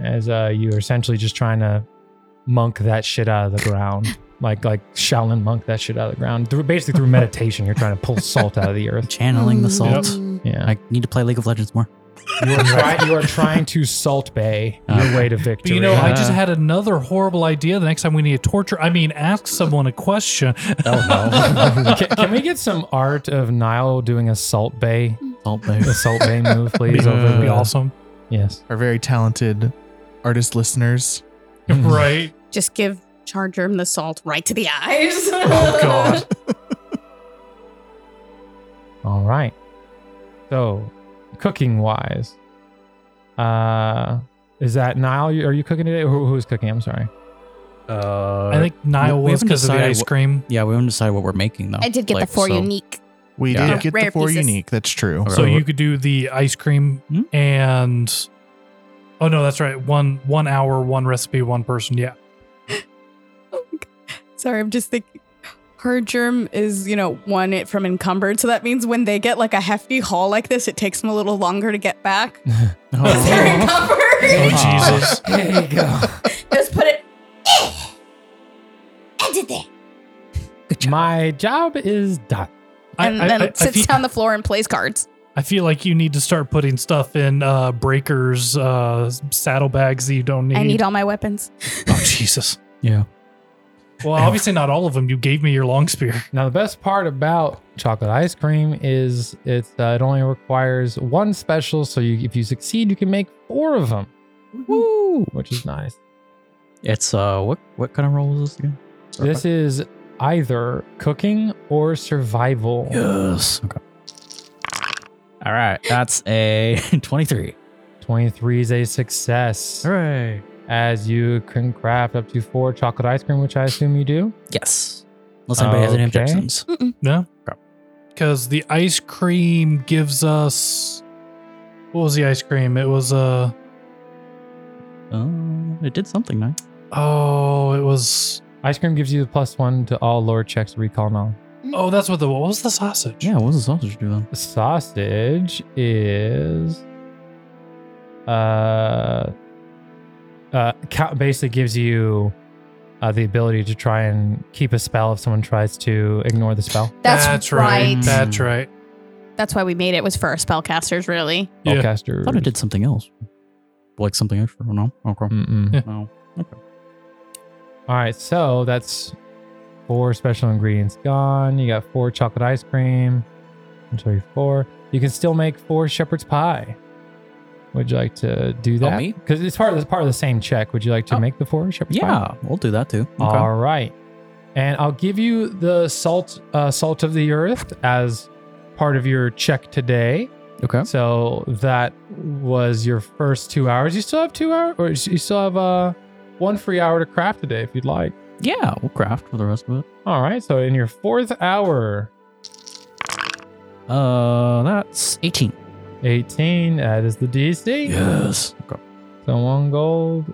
S2: As uh, you're essentially just trying to monk that shit out of the ground, like like Shaolin monk that shit out of the ground. Through, basically through meditation, you're trying to pull salt out of the earth.
S5: Channeling the
S4: Mm.
S5: salt.
S4: Mm.
S2: Yeah.
S5: I need to play League of Legends more.
S2: You are, try- you are trying to salt bay your way to victory.
S3: But you know, I just
S5: Yeah.
S3: had another horrible idea. The next time we need to torture, I mean, ask someone a question.
S2: Oh, can, can we get some art of Nile doing a salt bay,
S5: Salt Bay.
S2: a salt bay move, please?
S3: Please,
S2: over
S3: would be
S2: the-
S3: awesome,
S2: Yes.
S7: Our very talented artist listeners.
S3: right?
S4: Just give Charger the salt right to the eyes.
S3: Oh God.
S2: All right. So, cooking wise, uh, is that Nile? you- Are you cooking today? Who, who's cooking? I'm sorry.
S5: Uh,
S3: I think Niall
S5: we- we
S3: was
S5: haven't
S3: because of the
S5: decided
S3: ice
S5: what-
S3: cream.
S5: yeah, we haven't decided what we're making though.
S8: I did get
S5: Like,
S8: the four
S5: so-
S8: unique.
S7: We
S5: Yeah.
S7: did get
S4: Rare
S7: the four
S4: pieces.
S7: unique. That's true.
S5: Okay.
S3: So you could do the ice cream
S5: Hmm?
S3: and oh no, that's right. One one hour, one recipe, one person. Yeah.
S4: Sorry, I'm just thinking. Her germ is, you know, one it from encumbered. So that means when they get like a hefty haul like this, it takes them a little longer to get back. They're encumbered.
S5: Oh,
S3: Jesus.
S2: There you go.
S4: just put it.
S8: I did that.
S2: My job is done.
S4: And then sits
S3: feel,
S4: down the floor and plays cards.
S3: I feel like you need to start putting stuff in uh, breakers, uh, saddlebags that you don't need.
S4: I need all my weapons.
S3: oh Jesus.
S5: Yeah.
S3: Well, obviously not all of them. You gave me your long spear.
S2: Now, the best part about chocolate ice cream is it's, uh, it only requires one special. So, you, if you succeed, you can make four of them. Woo! Which is nice.
S5: It's uh, what what kind of roll is this again?
S2: This is either cooking or survival.
S5: Yes. Okay. All right, that's a twenty-three.
S2: 23 is a success.
S5: Hooray!
S2: As you can craft up to four chocolate ice cream, which I assume you do.
S5: Yes. Unless anybody has any
S2: Okay.
S5: objections.
S3: No.
S5: Crap.
S3: Because the ice cream gives us. What was the ice cream? It was uh
S5: Um, it did something nice.
S3: oh, it was
S2: Ice cream gives you the plus one to all lore checks, recall now.
S3: oh, that's what the what was the sausage?
S5: Yeah, what was the sausage doing?
S2: The sausage is. Uh, uh, ca- basically gives you uh, the ability to try and keep a spell if someone tries to ignore the spell.
S4: That's,
S3: right.
S4: right.
S3: That's right.
S4: That's why we made it was for our spellcasters, really.
S3: Yeah.
S5: I
S2: Spellcaster.
S5: thought it did something else. Like something extra. No. Okay.
S2: Mm-mm.
S5: No. Okay.
S2: All right, so that's four special ingredients gone. You got four chocolate ice cream. I'm sorry, four. You can still make four shepherd's pie. Would you like to do that?
S5: Oh, me?
S2: Because it's part of the part of the same check. Would you like to
S5: Oh.
S2: make the four shepherd's pie?
S5: Yeah, we'll do that too. Okay.
S2: All right, and I'll give you the salt uh, salt of the earth as part of your check today.
S5: okay.
S2: So that was your first two hours. You still have two hours, or you still have uh, one free hour to craft today if you'd like.
S5: Yeah, we'll craft for the rest of it.
S2: All right, so in your fourth hour,
S5: Uh, that's 18.
S2: 18, that is the DC.
S5: Yes. Okay.
S2: So one gold,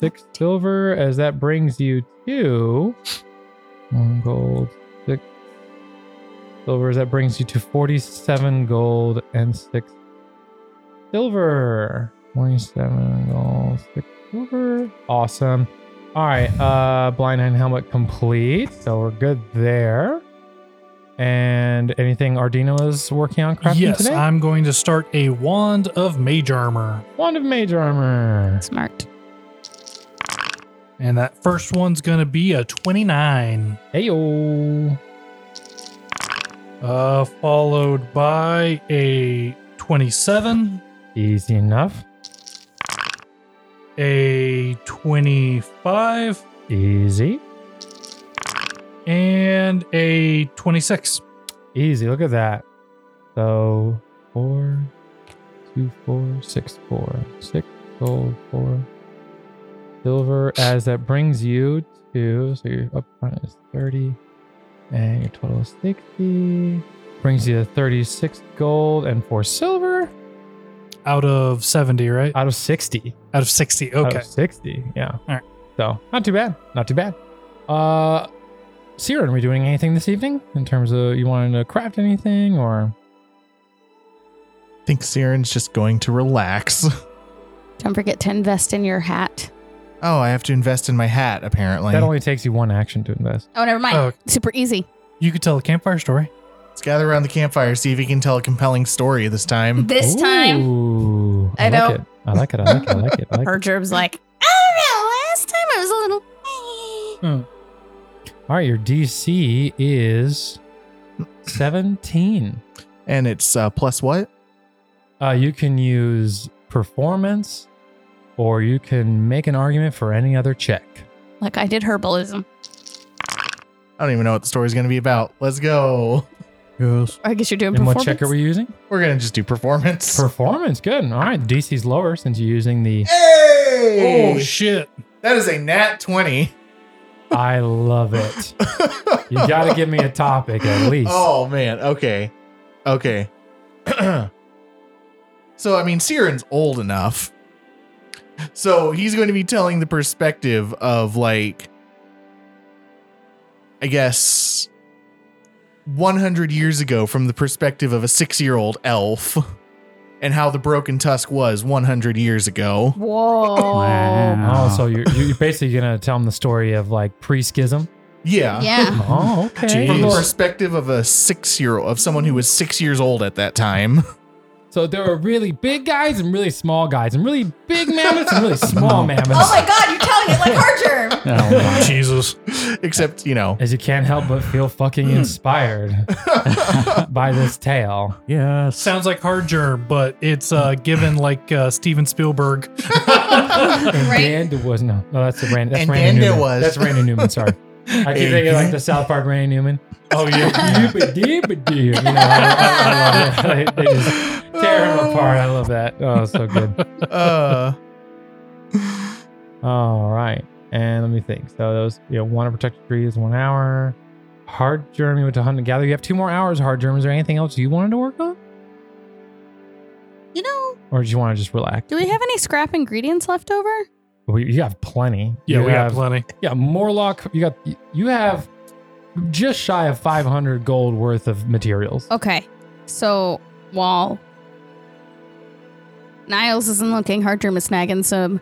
S2: six silver, as that brings you to one gold, six silver, as that brings you to 47 gold and six silver. 27 gold, six silver. Awesome. All right, uh, blind hand helmet complete. So we're good there. And anything Ardino is working on crafting
S3: Yes,
S2: today?
S3: I'm going to start a wand of mage armor.
S2: Wand of Mage Armor.
S4: Smart.
S3: And that first one's gonna be a 29.
S2: Heyo.
S3: Uh followed by a 27,
S2: Easy enough.
S3: a 25,
S2: Easy.
S3: and a 26.
S2: Easy. Look at that. So four, two, four, six, four, six gold, four silver. As that brings you to so your up front is thirty, and your total is sixty. Brings you to thirty-six gold and four silver
S3: Out of 70, right?
S2: out of sixty.
S3: Out of 60.
S2: out
S3: Okay.
S2: of 60 yeah all
S3: right.
S2: so not too bad not too bad uh Siren, are we doing anything this evening in terms of you wanting to craft anything or
S7: I think Siren's just going to relax.
S4: Don't forget to invest in your hat.
S7: Oh, I have to invest in my hat, apparently.
S2: that only takes you one action to invest
S4: Oh, never mind.
S3: Oh,
S4: Super easy.
S3: you could tell the campfire story.
S7: Let's gather around the campfire, see if he can tell a compelling story this
S2: Mm,
S7: time.
S8: This time,
S2: Ooh,
S8: I don't-
S2: Like it. I like it. I like it. I like it. I like it.
S4: Perjurb's like,
S8: I don't know. Last time I was a little.
S2: All right, your DC is 17.
S7: And it's uh, plus what?
S2: Uh, you can use performance or you can make an argument for any other check.
S8: Like I did herbalism.
S7: I don't even know what the story's going to be about. Let's go.
S5: Yes.
S4: I guess you're doing
S2: And what
S4: performance.
S2: check are we using?
S7: We're going to just do performance.
S2: Performance. Good. All right. DC's lower since you're using the.
S7: hey!
S3: Oh shit!
S7: that is a nat 20.
S2: I love it. You got to give me a topic at least.
S7: Oh man. Okay. Okay. so I mean, Siren's old enough. So he's going to be telling the perspective of like, I guess, 100 years ago from the perspective of a six-year-old elf, and how the broken tusk was 100 years ago.
S4: Whoa.
S2: Oh, so you're, you're basically going to tell them the story of like pre schism?
S7: Yeah.
S8: Yeah.
S2: Oh, okay.
S7: From the
S2: Cool.
S7: perspective of a six-year-old, of someone who was six years old at that time.
S2: So there were really big guys and really small guys, and really big mammoths and really small mammoths.
S8: Oh my god, you're telling it like Perjurb.
S5: Oh,
S3: Jesus.
S7: Except, you know,
S2: As you can't help but feel
S8: Mm.
S2: fucking inspired by this tale.
S5: yes.
S3: Sounds like Harger, but it's uh,
S2: Hmm.
S3: given like uh, Steven Spielberg.
S2: And
S8: Right.
S2: Dand was no, no, that's the Randy. That's
S7: And
S2: Randy
S7: Danda
S2: Newman.
S7: was.
S2: That's Randy Newman. Sorry, I keep
S7: And-
S2: thinking like the South Park Randy Newman.
S3: Oh yeah.
S2: Yippa-dee-ba-dee. You know, I, I love it. They, they just tear him apart. I love that. Oh, so good.
S7: uh,
S2: All right, and let me think. So those, you know, one to protect tree is one hour. Hard Germ, you went to hunt and gather. You have two more hours. Hard Germ. Is there anything else you wanted to work on,
S8: You know,
S2: or do you want to just relax?
S4: Do we have any scrap ingredients left over?
S2: We, you have plenty.
S3: Yeah,
S2: you
S3: we
S2: have
S3: got plenty.
S2: Yeah, Morlock, you got you have just shy of 500 gold worth of materials.
S4: Okay. So, while Niles isn't looking, Hartrum is snagging some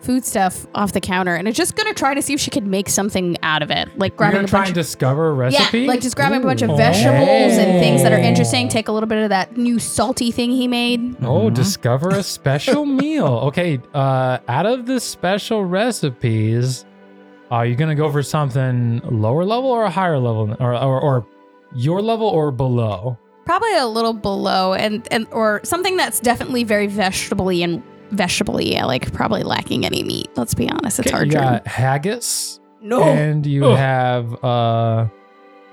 S4: food stuff off the counter and is just going to try to see if she could make something out of it. Like
S2: You're
S4: grabbing
S2: gonna
S4: a
S2: try
S4: bunch
S2: and
S4: of.
S2: discover a recipe.
S4: Yeah, like just grabbing a bunch of
S2: Ooh.
S4: vegetables and things that are
S2: Oh.
S4: interesting. Take a little bit of that new salty thing he made.
S2: Oh,
S5: Mm-hmm.
S2: discover a special meal. Okay, uh, out of the special recipes, are you gonna go for something lower level or a higher level, or or, or your level or below?
S4: Probably a little below, and and or something that's definitely very vegetably and vegetably like probably lacking any meat. Let's be honest, it's
S2: Okay,
S4: hard.
S2: You
S4: to
S2: got haggis,
S4: No.
S2: and you
S3: Oh.
S2: have uh,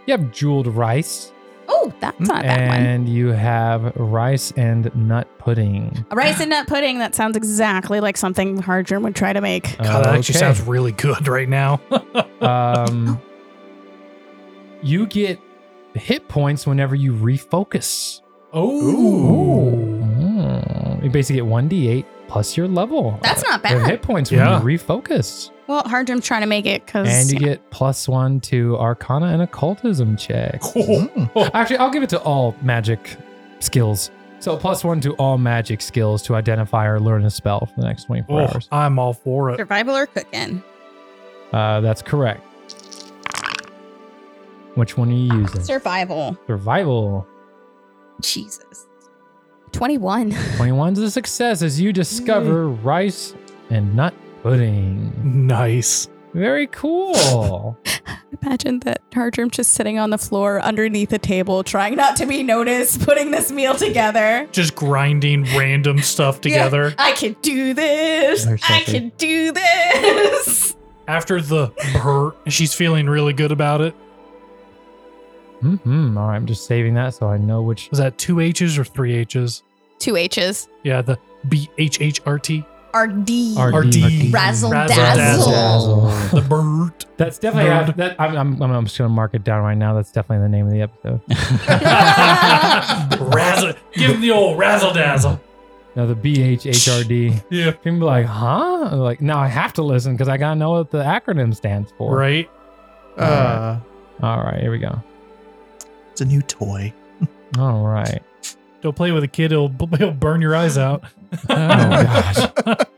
S2: you have jeweled rice.
S4: Oh, that's not a bad one.
S2: and you have rice and nut pudding.
S4: A rice and nut pudding. That sounds exactly like something Harjun would try to make.
S3: God, that
S2: Okay.
S3: actually sounds really good right now.
S2: Um, you get hit points whenever you refocus.
S3: Oh.
S2: Mm. You basically get one d8 plus your level.
S4: That's not
S2: of
S4: bad.
S2: hit points
S3: Yeah.
S2: when you refocus,
S4: Well, Harjun's trying to make it
S2: and
S4: because
S2: you get plus one to Arcana and Occultism check.
S7: hmm.
S2: Actually, I'll give it to all magic skills. So plus one to all magic skills to identify or learn a spell for the next twenty four
S3: Oh,
S2: hours.
S3: I'm all for it.
S4: survival or cooking.
S2: Uh, that's correct. Which one are you using?
S4: Survival.
S2: Survival.
S4: Jesus. Twenty-one.
S2: 21's a success as you discover rice and nut pudding.
S3: Nice.
S2: Very cool.
S4: Imagine that Harjun just sitting on the floor underneath a table, trying not to be noticed, putting this meal together.
S3: Just grinding random stuff together.
S4: I can do this.
S2: They're so
S4: I
S2: good.
S4: can do this.
S3: After the hurt, she's feeling really good about it.
S2: mm-hmm. All right, I'm just saving that so I know which.
S3: Was that two H's or three H's?
S4: Two H's.
S3: Yeah, the B H H R T.
S4: R D.
S2: RD.
S3: RD. Razzle
S8: Razzle dazzle.
S3: dazzle. The bird.
S2: That's definitely. I- that, I'm, I'm, I'm just going to mark it down right now. That's definitely the name of the episode.
S7: Uh,
S3: razzle. Give him the old razzle dazzle.
S2: No, the BHHRD.
S3: Yeah.
S2: People be like, huh? I'm like, no, I have to listen because I got to know what the acronym stands for.
S3: Right?
S7: uh,
S2: All right, here we go.
S7: it's a new toy.
S2: All right.
S3: Don't play with a kid, it'll, it'll burn your eyes out.
S2: Oh,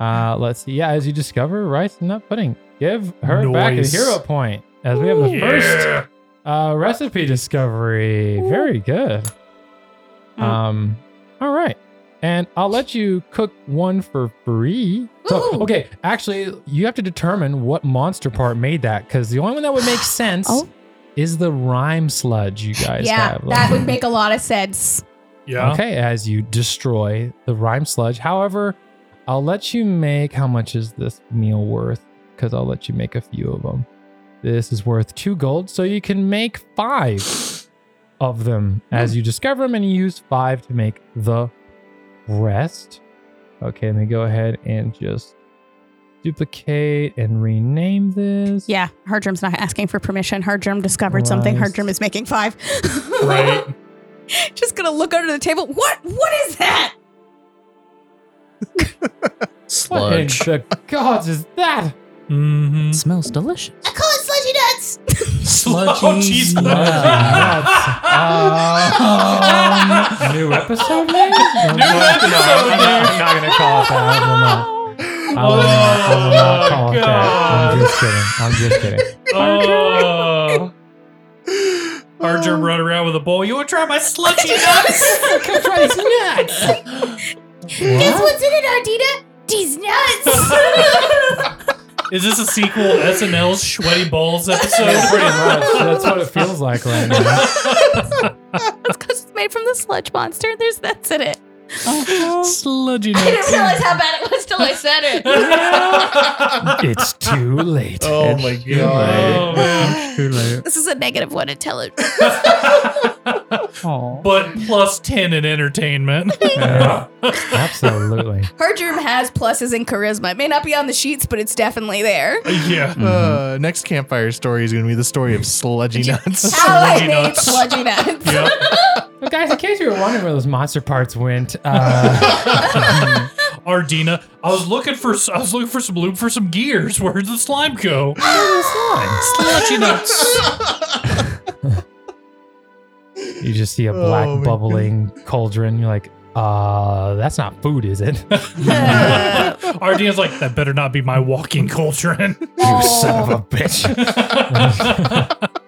S2: Uh, let's see. Yeah, as you discover rice and nut pudding, give her back a
S3: Nice.
S2: hero point. As we have the first Uh, recipe discovery. Very good.
S8: Hmm.
S4: Mm.
S2: Um, all right. And I'll let you cook one for free. So,
S8: Ooh.
S2: okay, actually, you have to determine what monster part made that because the only one that would make sense
S8: Oh.
S2: is the rhyme sludge you guys
S8: yeah,
S2: have.
S8: that would make a lot of sense.
S3: Yeah.
S2: Okay, as you destroy the rhyme sludge. However, I'll let you make how much is this meal worth? Because I'll let you make a few of them. This is worth two gold, so you can make five of them as you discover them and you use five to make the rest. Okay, let me go ahead and just duplicate and rename this.
S4: Yeah, Hardgerm's not asking for permission. Hardgerm discovered something.
S2: Nice.
S4: Hardgerm is making five.
S3: Right.
S4: Just gonna look under the table. What? What is that?
S2: What in
S5: Sludge.
S2: the gods is that?
S3: Mm-hmm.
S5: smells delicious.
S8: I call it sludgy nuts.
S7: Oh,
S2: Oh,
S5: Sludgy
S3: Sludgy
S5: nuts.
S2: Uh, new episode name? No, no,
S3: episode
S2: I'm not- I'm not gonna call it that. I will not. I will not, I will not call it that. I'm just kidding. I'm just kidding.
S3: Oh. Hardgerm run around with a bowl. You want to try my sludgy nuts?
S2: Come try these nuts.
S8: Guess what's in it, Ardita? These nuts.
S3: Is this a sequel to SNL's Sweaty Balls
S2: That's pretty
S3: episode?
S2: much. That's what it feels like right now.
S4: That's because it's made from the sludge monster. There's nuts in it.
S5: Sludgy
S8: I didn't realize how bad it was till I said it.
S2: It's too late.
S7: Oh my god.
S3: Oh, man.
S5: Too late.
S8: This is a negative one intelligence.
S3: But plus 10 in entertainment.
S2: Yeah. Absolutely.
S4: Hardgerm has pluses in charisma. It may not be on the sheets, but it's definitely there.
S3: yeah.
S2: Mm-hmm.
S7: Uh, next campfire story is going to be the story of sludgy nuts.
S8: How I
S3: Sludgy
S8: made
S3: nuts.
S8: sludgy nuts.
S3: Yep.
S2: Well, guys, in case you were wondering where those monster parts went, uh,
S3: Ardina, I was looking for I was looking for some lube for some gears. Where'd the slime go? Sludgy nuts.
S2: you just see a black
S7: Oh my
S2: bubbling cauldron. You're like, uh, that's not food, is it?
S3: Ardina's like, that better not be my walking cauldron.
S2: You son of a bitch.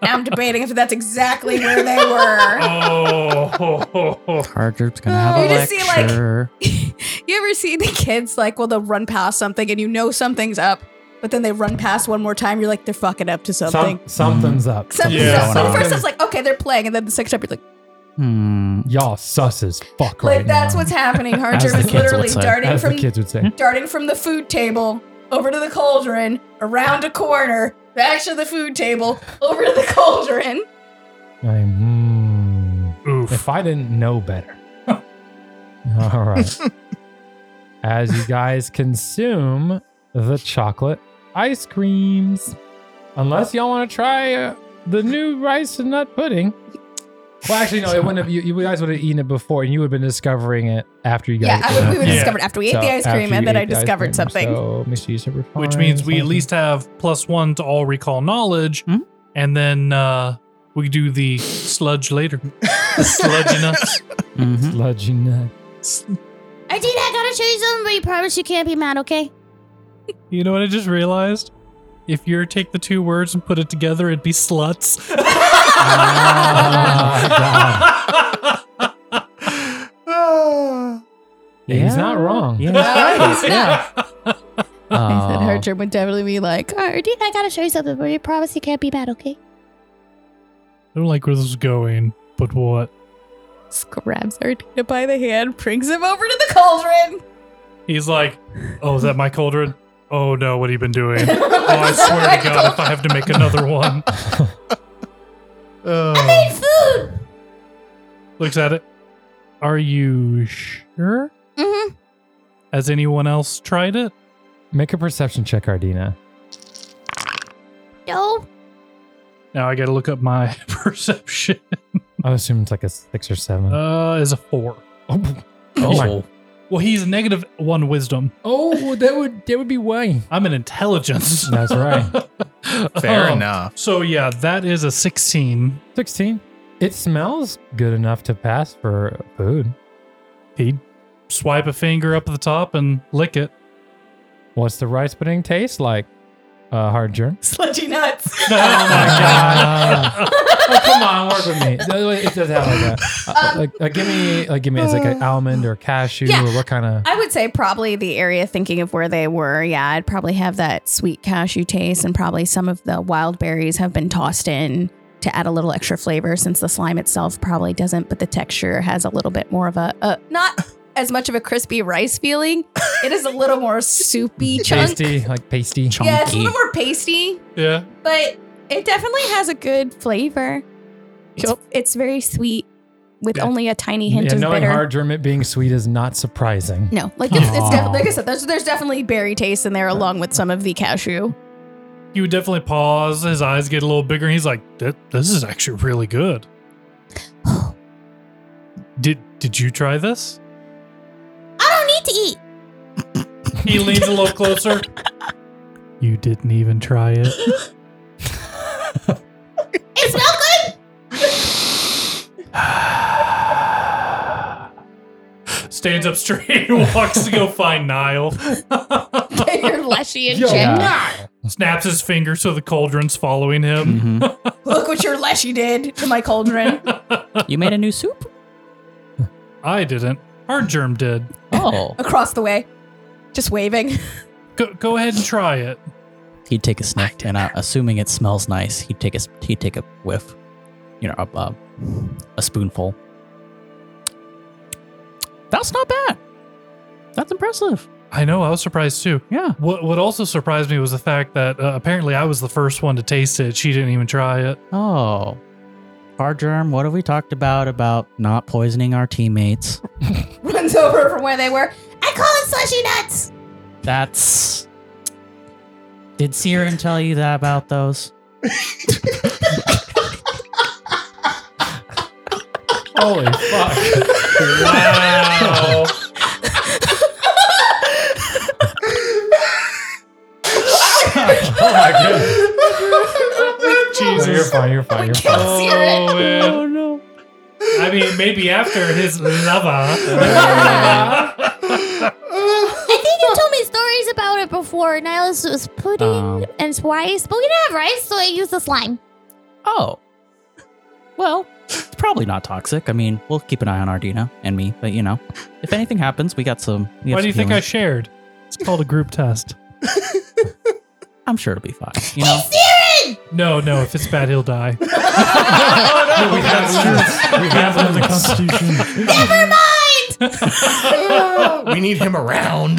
S4: Now I'm debating if that's exactly where they were.
S3: oh, ho, ho, ho.
S5: Hardgerp's gonna have
S4: You
S5: a
S4: just see, like-
S5: lecture.
S4: you ever see the kids like, well, they'll run past something and you know something's up, but then they run past one more time. You're like, they're fucking up to something.
S2: Some, something's up.
S4: Something's
S3: Yeah.
S4: up. So the
S2: Something's-
S4: first I was like, okay, they're playing, and then the second time you're like,
S5: Hmm.
S2: Y'all sus as fuck
S4: like
S2: right
S4: that's
S2: now.
S4: what's happening.
S2: As
S4: Hardgerm
S2: the kids
S4: is
S2: would
S4: literally
S5: say.
S4: darting
S2: As the
S4: from
S2: kids would say.
S4: darting from the food table over to the cauldron, around a corner, back to the food table, over to the cauldron.
S2: I'm,
S3: Oof.
S2: hmm, if I didn't know better. All right. As you guys consume the chocolate ice creams, unless y'all want to try uh, the new rice and nut pudding. Well, actually, no. It wouldn't have. You, you guys would have eaten it before, and you would have been discovering it after you guys.
S4: Yeah, I would, we would
S3: Yeah.
S4: discovered after we ate the ice cream, and then I discovered something.
S2: So, make sure you said refine
S3: Which means we at
S2: something.
S3: least have plus one to all recall knowledge,
S5: Hmm?
S3: and then uh, we do the sludge later. the sludgy nuts.
S5: Mhm.
S2: sludgy nut.
S8: Ardita, I gotta show you something, but you promise you can't be mad, okay?
S3: You know what I just realized? If you were to take the two words and put it together, it'd be sluts.
S7: Ah.
S2: Yeah, He's not wrong.
S5: Yeah.
S4: No,
S5: Uh,
S4: would definitely be like,
S8: Ardita, I gotta show you something, but you promise you can't be mad, okay?
S3: I don't like where this is going, but what?
S4: grabs Ardita by the hand, brings him over to the cauldron.
S3: He's like, oh, is that my cauldron? Oh no, what have you been doing? Oh, I swear to God, if I have to make another one.
S7: Oh.
S8: Food!
S3: Looks at it. Are you sure?
S8: Mm-hmm.
S3: Has anyone else tried it?
S2: Make a perception check, Ardina.
S8: No.
S3: Now I gotta look up my perception.
S2: I assume it's like a six or seven.
S3: Uh, is a four.
S2: oh,
S5: oh.
S3: Well, he's negative one wisdom.
S2: oh, that would that would be way.
S3: I'm an intelligence.
S2: That's right.
S7: Fair
S6: Oh.
S3: Um,
S7: enough.
S3: So yeah, that is a 16.
S2: Sixteen. It smells good enough to pass for food.
S3: He'd swipe a finger up at the top and lick it.
S2: What's the rice pudding taste like? uh, hard germ.
S4: Sludgy nuts.
S2: No, oh my god! oh, come on, work with me. No, wait, It does have like a uh, like, like give me like give me it's like an almond or cashew
S9: Uh, Yeah.
S2: or what kind of
S9: I would say probably the area thinking of where they were. Yeah, I'd probably have that sweet cashew taste, and probably some of the wild berries have been tossed in to add a little extra flavor since the slime itself probably doesn't, but the texture has a little bit more of a, a not as much of a crispy rice feeling. It is a little more soupy chunk.
S2: pasty like pasty.
S9: Yeah, it's a
S5: chunky.
S9: little more pasty,
S3: Yeah.
S9: but it definitely has a good flavor. It's, it's very sweet with
S2: Yeah.
S9: only a tiny hint
S2: Yeah,
S9: of
S2: knowing
S9: bitter.
S2: hard germ it being sweet is not surprising.
S9: No, like it's, it's
S2: Aw.
S9: def- like I said, there's there's definitely berry taste in there along with some of the cashew.
S3: He would definitely pause. His eyes get a little bigger. And he's like, "Th- "This is actually really good." did Did you try this?
S8: I don't need to eat.
S3: He leans a little closer. You didn't even try it.
S8: It smells
S3: Stands up straight and walks to go find Niall.
S9: You're leshy and
S3: Snaps his finger so the cauldron's following him.
S5: hmm
S9: Look what your leshy did to my cauldron.
S5: you made a new soup?
S3: I didn't. Hard germ did.
S5: Oh.
S9: Across the way. Just waving.
S3: Go, go ahead and try it.
S5: He'd take a sniff, and uh, assuming it smells nice, he'd take a s- he'd take a whiff, you know, a, a, a spoonful. That's not bad. That's impressive.
S3: I know. I was surprised too.
S5: Yeah.
S3: What What also surprised me was the fact that uh, apparently I was the first one to taste it. She didn't even try it.
S5: Oh, hard germ. What have we talked about about not poisoning our teammates?
S9: Runs over from where they were.
S8: I call it slushy nuts.
S5: That's. Did Siren tell you that about those?
S2: Holy fuck!
S3: Wow.
S2: oh my goodness!
S3: Jesus.
S2: No, you're fine. You're fine. You're fine.
S3: Oh, man.
S5: no!
S3: I mean, maybe after his
S2: Yeah.
S3: lover.
S8: I think you told me stories about it before. Nihilus was pudding
S5: Um.
S8: and rice, but we didn't have rice, so I used the slime.
S5: Oh. Well, it's probably not toxic. I mean, we'll keep an eye on Ardina and me, but you know, if anything happens, we got some. We have
S3: Why do you
S5: some
S3: think I
S5: healing.
S3: shared? It's called a group test.
S5: I'm sure it'll be fine. You know,
S3: No, no. If it's bad, he'll die.
S2: We have we have it in the constitution.
S7: we need him around.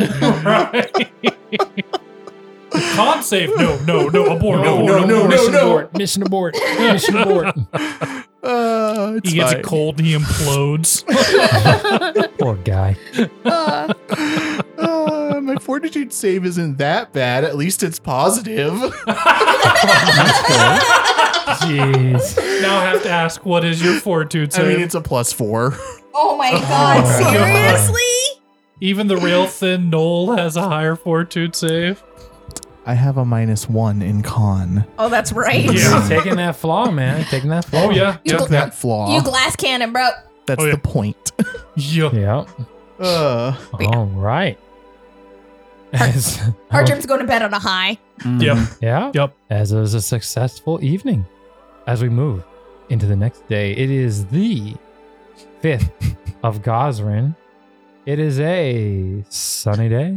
S3: Con save. No, no, no. Abort.
S7: No,
S3: abort,
S7: no, no,
S3: abort.
S7: no,
S2: Mission
S7: no.
S2: abort. Mission abort. Mission abort.
S7: Uh, it's
S3: He gets
S7: fine.
S3: a cold and he implodes.
S2: Poor guy.
S9: Uh,
S7: Uh, my fortitude save isn't that bad. At least it's positive.
S2: Jeez.
S3: now I have to ask, what is your fortitude
S7: I
S3: save?
S7: mean, it's a plus four.
S9: oh my god,
S2: Oh.
S9: seriously?
S3: Even the real thin Knoll has a higher fortitude save.
S6: I have a minus one in con.
S9: Oh, that's right.
S3: Yeah.
S2: Taking that flaw, man. Taking that flaw.
S3: Oh yeah.
S9: You
S3: yeah.
S9: gl-
S6: That flaw.
S9: You glass cannon, bro.
S6: That's
S3: Oh, yeah.
S6: the point.
S3: Yeah.
S2: Yeah.
S7: Uh,
S2: All right. As,
S9: Our Jim's going to bed on a high.
S5: Mm-hmm.
S3: Yep.
S2: yeah.
S3: Yep.
S2: As it was a successful evening. As we move into the next day, it is the 5th of Gosrin. It is a sunny day.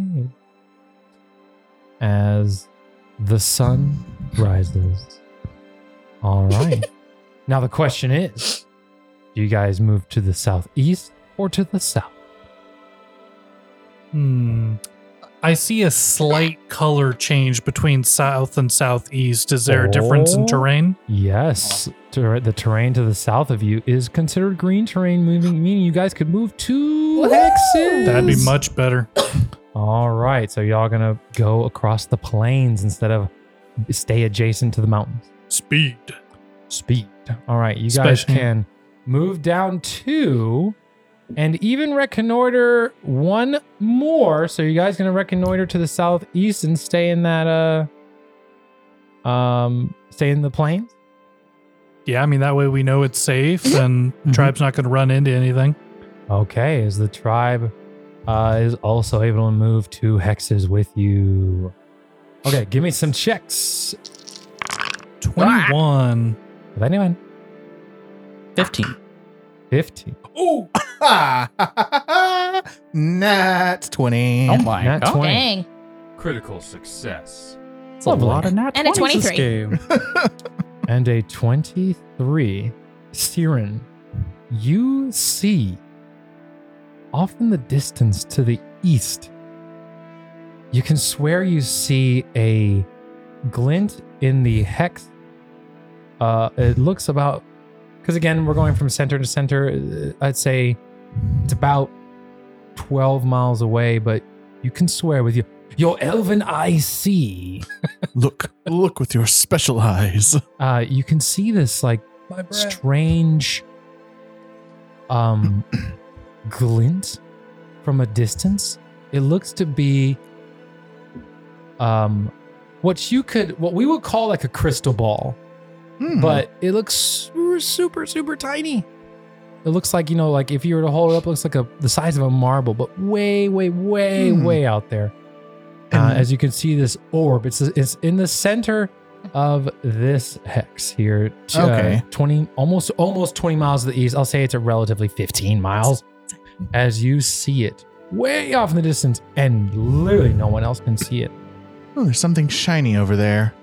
S2: As the sun rises. All right. now the question is, do you guys move to the southeast or to the south?
S3: Hmm. I see a slight color change between south and southeast. Is there a difference in
S2: Oh.
S3: terrain?
S2: Yes, ter- the terrain to the south of you is considered green terrain, moving meaning you guys could move two hexes.
S3: That'd be much better.
S2: All right, so y'all gonna go across the plains instead of stay adjacent to the mountains.
S3: Speed.
S2: Speed. All right, you guys
S3: Especially-
S2: can move down two, and even reconnoiter one more. So you guys gonna reconnoiter to the southeast and stay in that uh, um, stay in the plains.
S3: Yeah, I mean that way we know it's safe and
S5: Mhm.
S3: tribe's not going to run into anything.
S2: Okay, as the tribe uh, is also able to move two hexes with you. Okay, give me some checks.
S3: 21.
S2: With anyone?
S5: 15.
S2: 15.
S7: Ooh. Nat 20.
S5: Oh my
S2: Nat
S5: god.
S2: 20.
S8: Dang.
S1: Critical success.
S5: It's a lot of nat
S8: And a
S5: 20s this
S8: 23.
S5: game.
S2: and a 23 Siren. You see off in the distance to the east, you can swear you see a glint in the hex. Uh, it looks about, because again, we're going from center to center. uh, I'd say it's about 12 miles away, but you can swear with your, your elven eye see.
S6: Look, look with your special eyes.
S2: uh, you can see this like strange um glint from a distance. It looks to be um what you could what we would call like a crystal ball,
S7: Hmm.
S2: but it looks super super super tiny. It looks like you know like if you were to hold it up, it looks like a the size of a marble, but way way way
S7: Hmm.
S2: way out there. Uh,
S7: And-
S2: as you can see, this orb it's it's in the center of this hex here. t- uh,
S7: Okay.
S2: twenty almost almost twenty miles to the east. I'll say it's a relatively fifteen miles. As you see it way off in the distance, and literally no one else can see it.
S6: Oh, there's something shiny over there.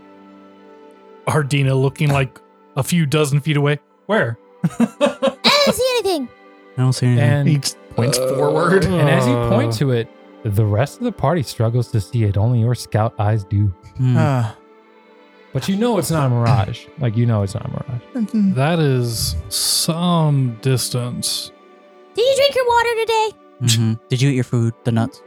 S3: Ardina looking like a few dozen feet away. Where?
S8: I don't see anything.
S5: I don't see anything.
S2: And
S7: he points forward.
S2: and as you
S10: Uh.
S2: point
S5: Uh,
S2: to it, the rest of the party struggles to see it. Only your scout eyes do.
S5: Hmm.
S7: uh,
S6: Ah,
S2: But you know it's not a mirage. Like you know it's not a mirage.
S6: mm,
S3: That is some distance.
S8: Did you drink your water today?
S5: Mhm. Did you eat your food? The nuts?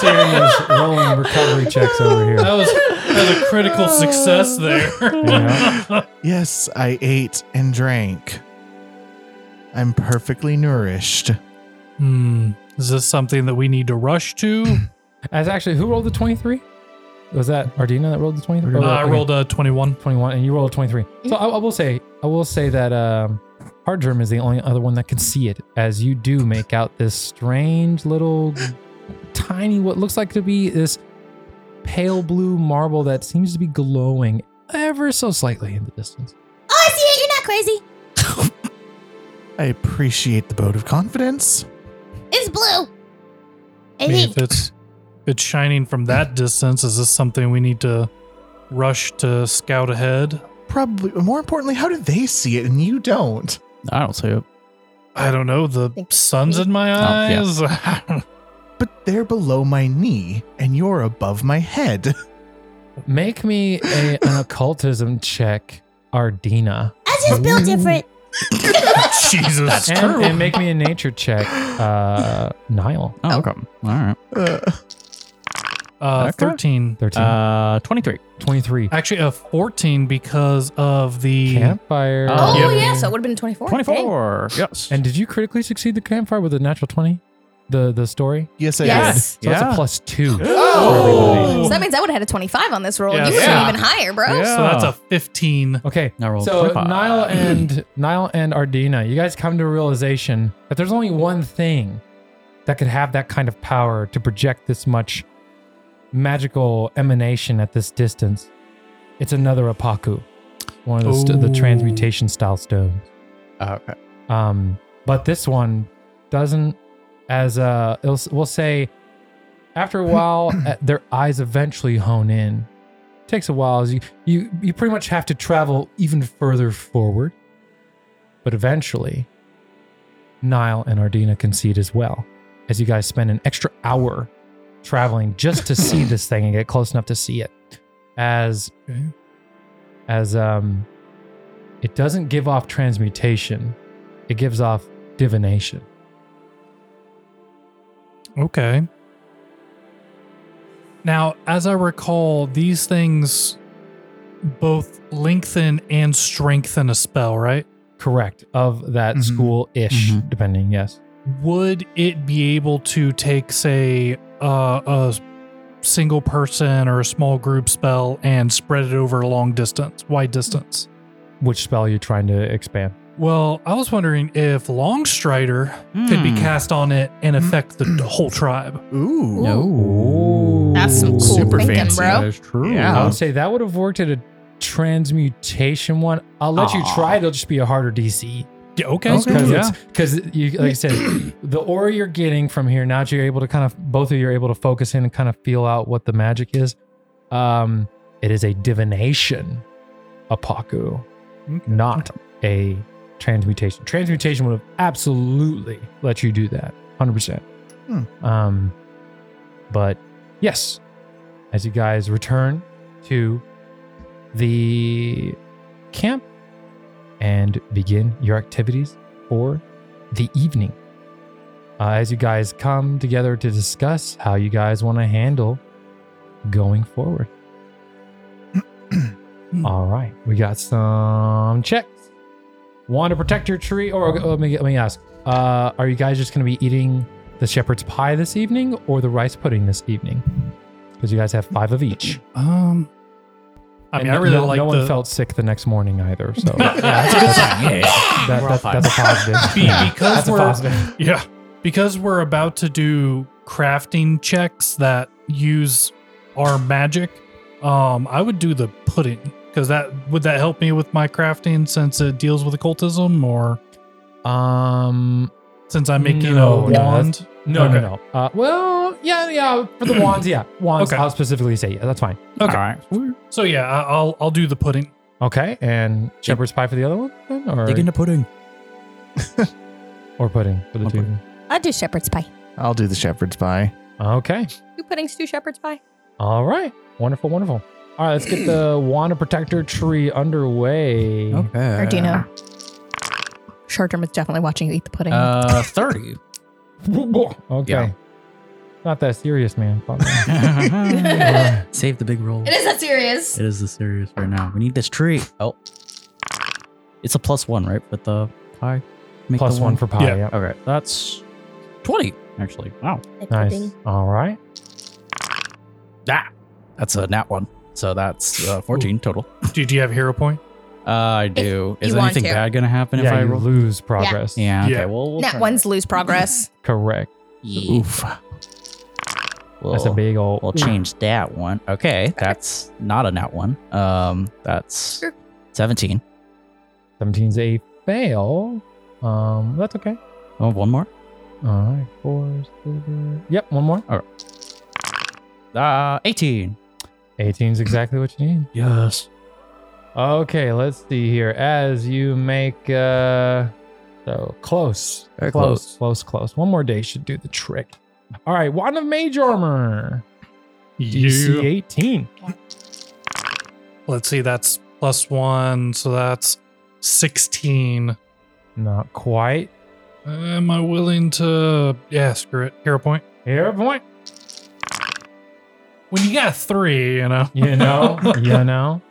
S2: Tyrion is rolling recovery checks over here.
S3: That was, that was a critical success there.
S2: Yeah.
S6: yes, I ate and drank. I'm perfectly nourished.
S3: Hmm. Is this something that we need to rush to?
S2: As actually, who rolled the 23? Was that Ardina that rolled the 23?
S3: Uh, I rolled a 21.
S2: 21 and you rolled a 23. So I, I will say, I will say that um, Hardgerm is the only other one that can see it as you do make out this strange little tiny, what looks like to be this pale blue marble that seems to be glowing ever so slightly in the distance.
S8: Oh, I see it. You're not crazy.
S6: I appreciate the vote of confidence.
S8: It's blue. I
S3: I mean, if
S8: think.
S3: it's if it's shining from that distance, is this something we need to rush to scout ahead?
S6: Probably, more importantly, how do they see it and you don't?
S5: I don't see it.
S3: I don't know. The
S8: Think-
S3: sun's in my
S5: Oh, yeah.
S3: eyes.
S6: But they're below my knee and you're above my head.
S2: Make me a, an occultism check, Ardina.
S8: That's just built different.
S7: Jesus. That's
S2: And, and make me a nature check, uh, Nile.
S5: Oh, okay. All right.
S6: Uh,
S3: uh,
S5: Okay.
S3: 13.
S2: 13.
S5: Uh, 23.
S2: 23.
S3: Actually, a 14 because of the.
S2: Campfire.
S5: Oh,
S4: Oh,
S5: yeah.
S4: yeah. So it would have been 24. Dang.
S5: 24. Yes.
S2: And did you critically succeed the campfire with a natural 20? The the story?
S6: yes, I did.
S4: Yes.
S2: So that's a plus two.
S7: Oh.
S4: So that means I would have had a 25 on this roll.
S3: Yeah,
S4: you would
S7: yeah.
S4: have even higher, bro.
S5: Yeah.
S3: So that's a 15.
S2: Okay.
S5: I rolled
S2: So
S5: 25.
S2: Nile and Nile and Ardina, you guys come to a realization that there's only one thing that could have that kind of power to project this much magical emanation at this distance. It's another apaku, one of the, st- the
S3: Ooh.
S2: transmutation style stones.
S6: Uh,
S5: Okay.
S2: Um, but this one doesn't, as uh, it'll, we'll say, after a while, uh, their eyes eventually hone in. Takes a while. As you, you you pretty much have to travel even further forward, but eventually, Nile and Ardina can see it as well. As you guys spend an extra hour traveling just to see this thing and get close enough to see it, as as um, it doesn't give off transmutation, it gives off divination.
S3: Okay. Now, as I recall, these things both lengthen and strengthen a spell, right?
S2: Correct. Of that
S7: Mhm.
S2: school ish,
S5: Mhm.
S2: depending, yes.
S3: Would it be able to take, say, uh, a single person or a small group spell and spread it over a long distance, wide distance?
S2: Which spell you're trying to expand.
S3: Well, I was wondering if Longstrider could be
S5: Hmm.
S3: cast on it and affect the whole tribe.
S7: Ooh.
S2: No.
S8: That's some cool
S7: Super
S8: thinking,
S7: fancy.
S8: bro.
S5: That's true.
S2: I
S7: Yeah.
S2: would say that would have worked at a transmutation one. I'll let you
S5: Aw.
S2: try. It'll just be a harder E. DC.
S3: Yeah, okay.
S2: Because
S3: okay. Yeah.
S2: you, like I said, the aura you're getting from here, now that you're able to kind of, both of you are able to focus in and kind of feel out what the magic is. Um, it is a divination, apaku, not a transmutation. Transmutation would have absolutely let you do that, 100%.
S3: Hmm.
S2: Um, but yes, as you guys return to the camp and begin your activities for the evening. Uh, as you guys come together to discuss how you guys want to handle going forward. All right, we got some checks. Want to protect your tree, or okay, let me let me ask: uh, Are you guys just going to be eating the shepherd's pie this evening, or the rice pudding this evening? Because you guys have five of each.
S3: Um, I mean,
S2: And
S3: I really
S2: no,
S3: like
S2: no
S3: the
S2: one felt sick the next morning either. So that-
S5: We're all
S2: that-
S5: fine.
S2: that's a positive.
S3: Be- because
S2: that's a
S3: we're-
S2: positive.
S3: Yeah. Because we're about to do crafting checks that use our magic, um, I would do the pudding. Because that would that help me with my crafting since it deals with occultism or
S2: Um,
S3: since I'm making
S2: No,
S3: a
S2: no,
S3: wand?
S2: no, no,
S3: Okay.
S2: no. Uh, well, yeah, yeah. For the wands, yeah, wands.
S3: Okay.
S2: I'll specifically say yeah. That's fine.
S5: All
S3: Okay.
S5: right.
S3: So yeah, I- I'll I'll do the pudding.
S2: Okay, and shepherd's pie for the other one, then, or
S5: Dig into pudding.
S2: or pudding for the
S5: Or
S2: two. of you?
S8: I'll do shepherd's pie.
S7: I'll do the shepherd's pie.
S2: Okay.
S10: Two puddings, two shepherd's pie.
S2: All right. Wonderful. Wonderful. All right. Let's get the Wanda Protector tree underway.
S5: Okay.
S9: Ardino. Short term is definitely watching you eat the pudding.
S5: Uh, thirty.
S2: Okay.
S5: Yeah.
S2: Not that serious, man. Fuck.
S5: Save the big roll.
S10: It is that serious.
S5: It is the serious right now. We need this tree. Oh, it's a plus one, right? With the pie. Make
S2: Plus
S5: the
S2: one for pie.
S3: Yeah.
S2: yeah.
S5: Okay, that's twenty actually. Wow,
S2: Nice. All right.
S5: that that's a nat one. So that's uh, fourteen total.
S3: Do, do you have hero point?
S5: Uh, I do. Is
S10: If you want
S5: anything
S10: to.
S5: bad gonna happen if
S2: yeah,
S5: I
S2: you
S5: roll?
S2: lose progress.
S5: Yeah. Okay.
S3: Yeah.
S5: Well, we'll
S9: Nat
S5: try
S9: ones lose progress.
S2: Correct.
S5: Yeah.
S7: Oof.
S5: We'll,
S2: That's a big old.
S5: We'll change that one. Okay, that's not a nat one. Um, that's
S10: Sure.
S5: seventeen.
S2: 17's a fail. Um, that's okay.
S5: Oh, one more.
S2: All right. Four. silver. Yep. One more.
S5: Uh, eighteen.
S2: 18 is exactly what you need.
S5: Yes.
S2: Okay, let's see here. As you make uh so close.
S5: Very
S2: close, close, close. One more day should do the trick. All right, Wand of Mage Armor. DC 18.
S3: Let's see, that's plus one, so that's sixteen.
S2: Not quite.
S3: Am I willing to yeah, screw it. Hero point.
S2: Hero point.
S3: When you got three, you know.
S2: You know, you know.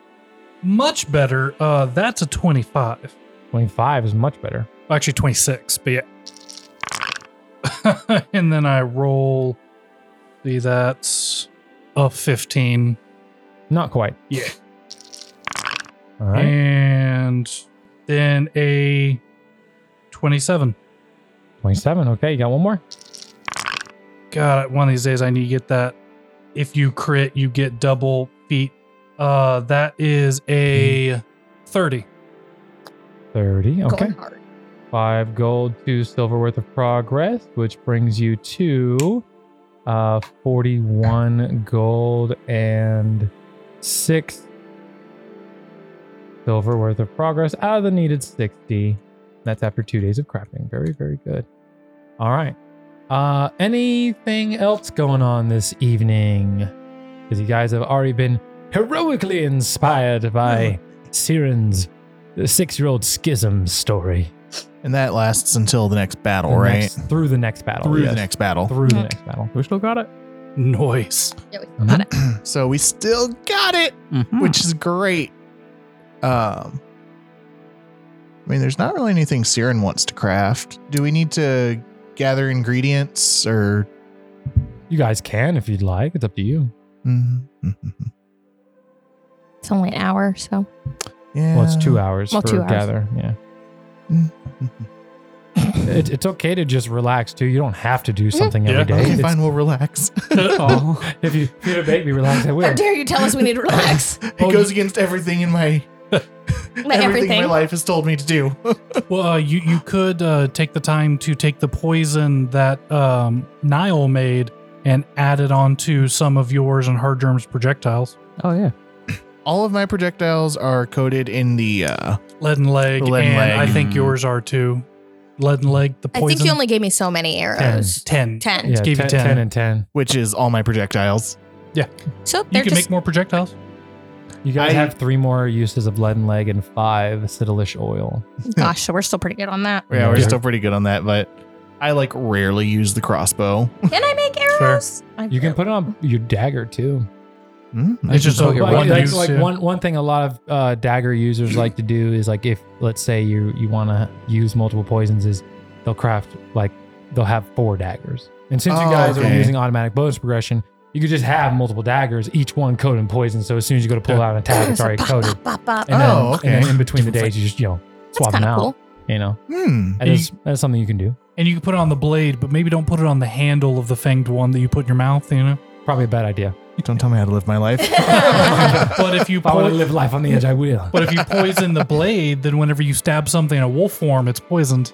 S3: Much better. Uh that's a twenty-five.
S2: 25 is much better.
S3: actually 26 but yeah and then i roll see that's a 15
S2: Not quite.
S3: Yeah.
S2: All right.
S3: and then a 27
S2: 27. Okay, you got one more?
S3: god one of these days i need to get that if you crit you get double feet uh that is
S2: Hmm.
S3: a 30
S2: 30. Okay.
S10: Going hard.
S2: five gold, two silver worth of progress, which brings you to uh, 41 gold and six silver worth of progress out of the needed 60. That's after two days of crafting. Very, very good. All right. Uh, anything else going on this evening? Because you guys have already been heroically inspired by Siren's six year old schism story.
S7: And that lasts until the next battle,
S2: The
S7: right?
S2: next- through the next battle.
S7: Through
S2: yes.
S7: the next battle.
S2: Through the next battle.
S5: We still got it.
S3: noise
S7: so we still got it,
S9: Hmm.
S5: Mm-hmm.
S7: which is great. Um I mean, there's not really anything Siren wants to craft. Do we need to gather ingredients or
S2: You guys can if you'd like. It's up to you.
S7: Mhm, mhm, mhm.
S9: It's only an hour, so
S7: Yeah.
S2: Well, it's two hours
S9: Well,
S2: for
S9: two hours.
S2: gather. Yeah. It, it's okay to just relax too. You don't have to do something
S3: Yeah.
S2: every day.
S7: Okay,
S2: It's-
S7: fine. We'll relax.
S2: Aw. if you if you have a baby, relax. I will.
S9: How dare you tell us we need to relax?
S7: it goes against everything in my
S9: My
S7: everything,
S9: everything.
S7: my life has told me to do.
S3: Well, uh, you you could uh, take the time to take the poison that um, Nile made and add it onto some of yours and Hardgerm's projectiles,
S5: Oh yeah.
S7: All of my projectiles are coated in the. uh
S3: leaden leg,
S7: Leaden
S3: and
S7: leg.
S3: I think
S5: Mm.
S3: yours are too. Leaden leg, the
S8: I
S3: poison.
S8: think you only gave me so many arrows.
S3: ten.
S8: Ten.
S2: Yeah,
S3: Gave you
S2: 10,
S3: 10.
S2: 10 and ten.
S7: Which is all my projectiles.
S8: So
S3: You
S8: they're
S3: can
S8: just
S3: make more projectiles.
S2: You guys
S7: I-
S2: have three more uses of leaden leg and five citilish oil.
S8: gosh, so we're still pretty good on that.
S7: Yeah, we're
S2: Yeah.
S7: still pretty good on that, but I like rarely use the crossbow.
S8: Can I make arrows? I-
S2: You can put it on your dagger too.
S7: Mm.
S3: It's just
S5: Oh,
S3: a
S5: you're
S2: Like,
S3: one
S2: that's
S3: use.
S2: like
S3: yeah.
S2: one one thing a lot of uh, dagger users like to do is like if let's say you you want to use multiple poisons is they'll craft like they'll have four daggers. And since you
S7: Oh,
S2: guys are
S7: okay.
S2: using automatic bonus progression, you could just have multiple daggers, each one coated in poison. So as soon as you go to pull out an attack, it's
S8: So
S2: already
S8: pop,
S2: coated.
S8: pop, pop, pop.
S2: And then,
S7: Oh,
S2: and then
S7: okay.
S2: in between the days, you just you know
S8: That's
S2: swap them
S8: kind of
S2: out.
S8: cool.
S2: You know
S7: Hmm.
S2: that
S3: You-
S2: is that is something you can do.
S3: And you can put it on the blade, but maybe don't put it on the handle of the fanged one that you put in your mouth. You know.
S2: Probably a bad idea.
S7: Don't tell me how to live my life.
S3: But if you
S2: If I want to
S3: po-
S2: live life on the edge, I will.
S3: but if you poison the blade, then whenever you stab something in a wolf form, it's poisoned.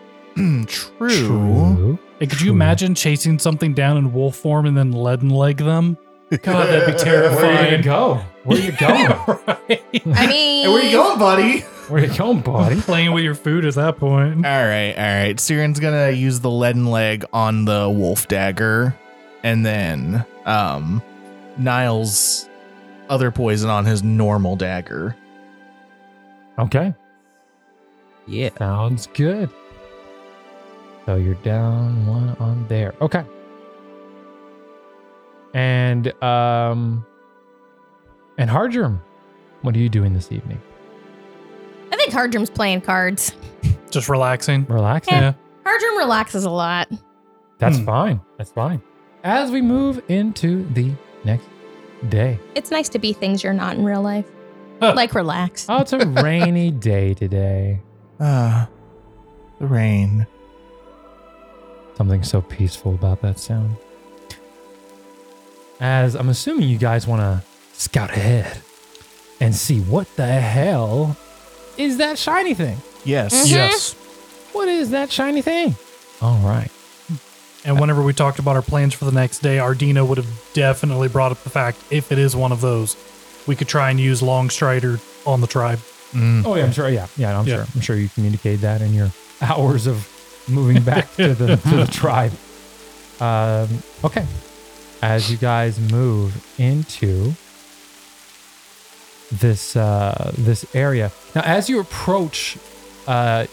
S7: True.
S3: Hey, could
S2: True.
S3: you imagine chasing something down in wolf form and then leaden leg them? God, that'd be
S2: Where are you gonna
S3: terrifying.
S2: go? Where are you going?
S8: I mean,
S7: Hey, where you going, buddy?
S2: Where are you going, buddy?
S3: Playing with your food at that point.
S7: All right, all right. Siren's gonna use the leaden leg on the wolf dagger, and then um, Niles' other poison on his normal dagger.
S2: Okay,
S5: Yeah.
S2: sounds good. So you're down one on there. Okay. And um, and Hardgerm, what are you doing this evening?
S8: I think Hardrum's playing cards.
S3: Just relaxing.
S2: Relaxing.
S3: Yeah.
S8: Hardrum relaxes a lot.
S2: That's
S3: Hmm.
S2: fine. That's fine. As we move into the next day.
S8: It's nice to be things you're not in real life.
S3: Huh.
S8: Like relax.
S2: Oh, it's a rainy day today.
S7: Ah, the rain.
S2: Something so peaceful about that sound. As I'm assuming you guys want to scout ahead and see what the hell is that shiny thing?
S7: Yes.
S8: Mhm.
S3: Yes.
S2: What is that shiny thing? All right.
S3: And whenever we talked about our plans for the next day, Ardina would have definitely brought up the fact if it is one of those, we could try and use Longstrider on the tribe.
S7: Mm,
S2: Oh yeah, I'm sure. Yeah, yeah, I'm
S3: Yeah.
S2: sure. I'm sure you communicated that in your hours of moving back to the to the tribe. Um, okay, as you guys move into this uh, this area now, as you approach, uh,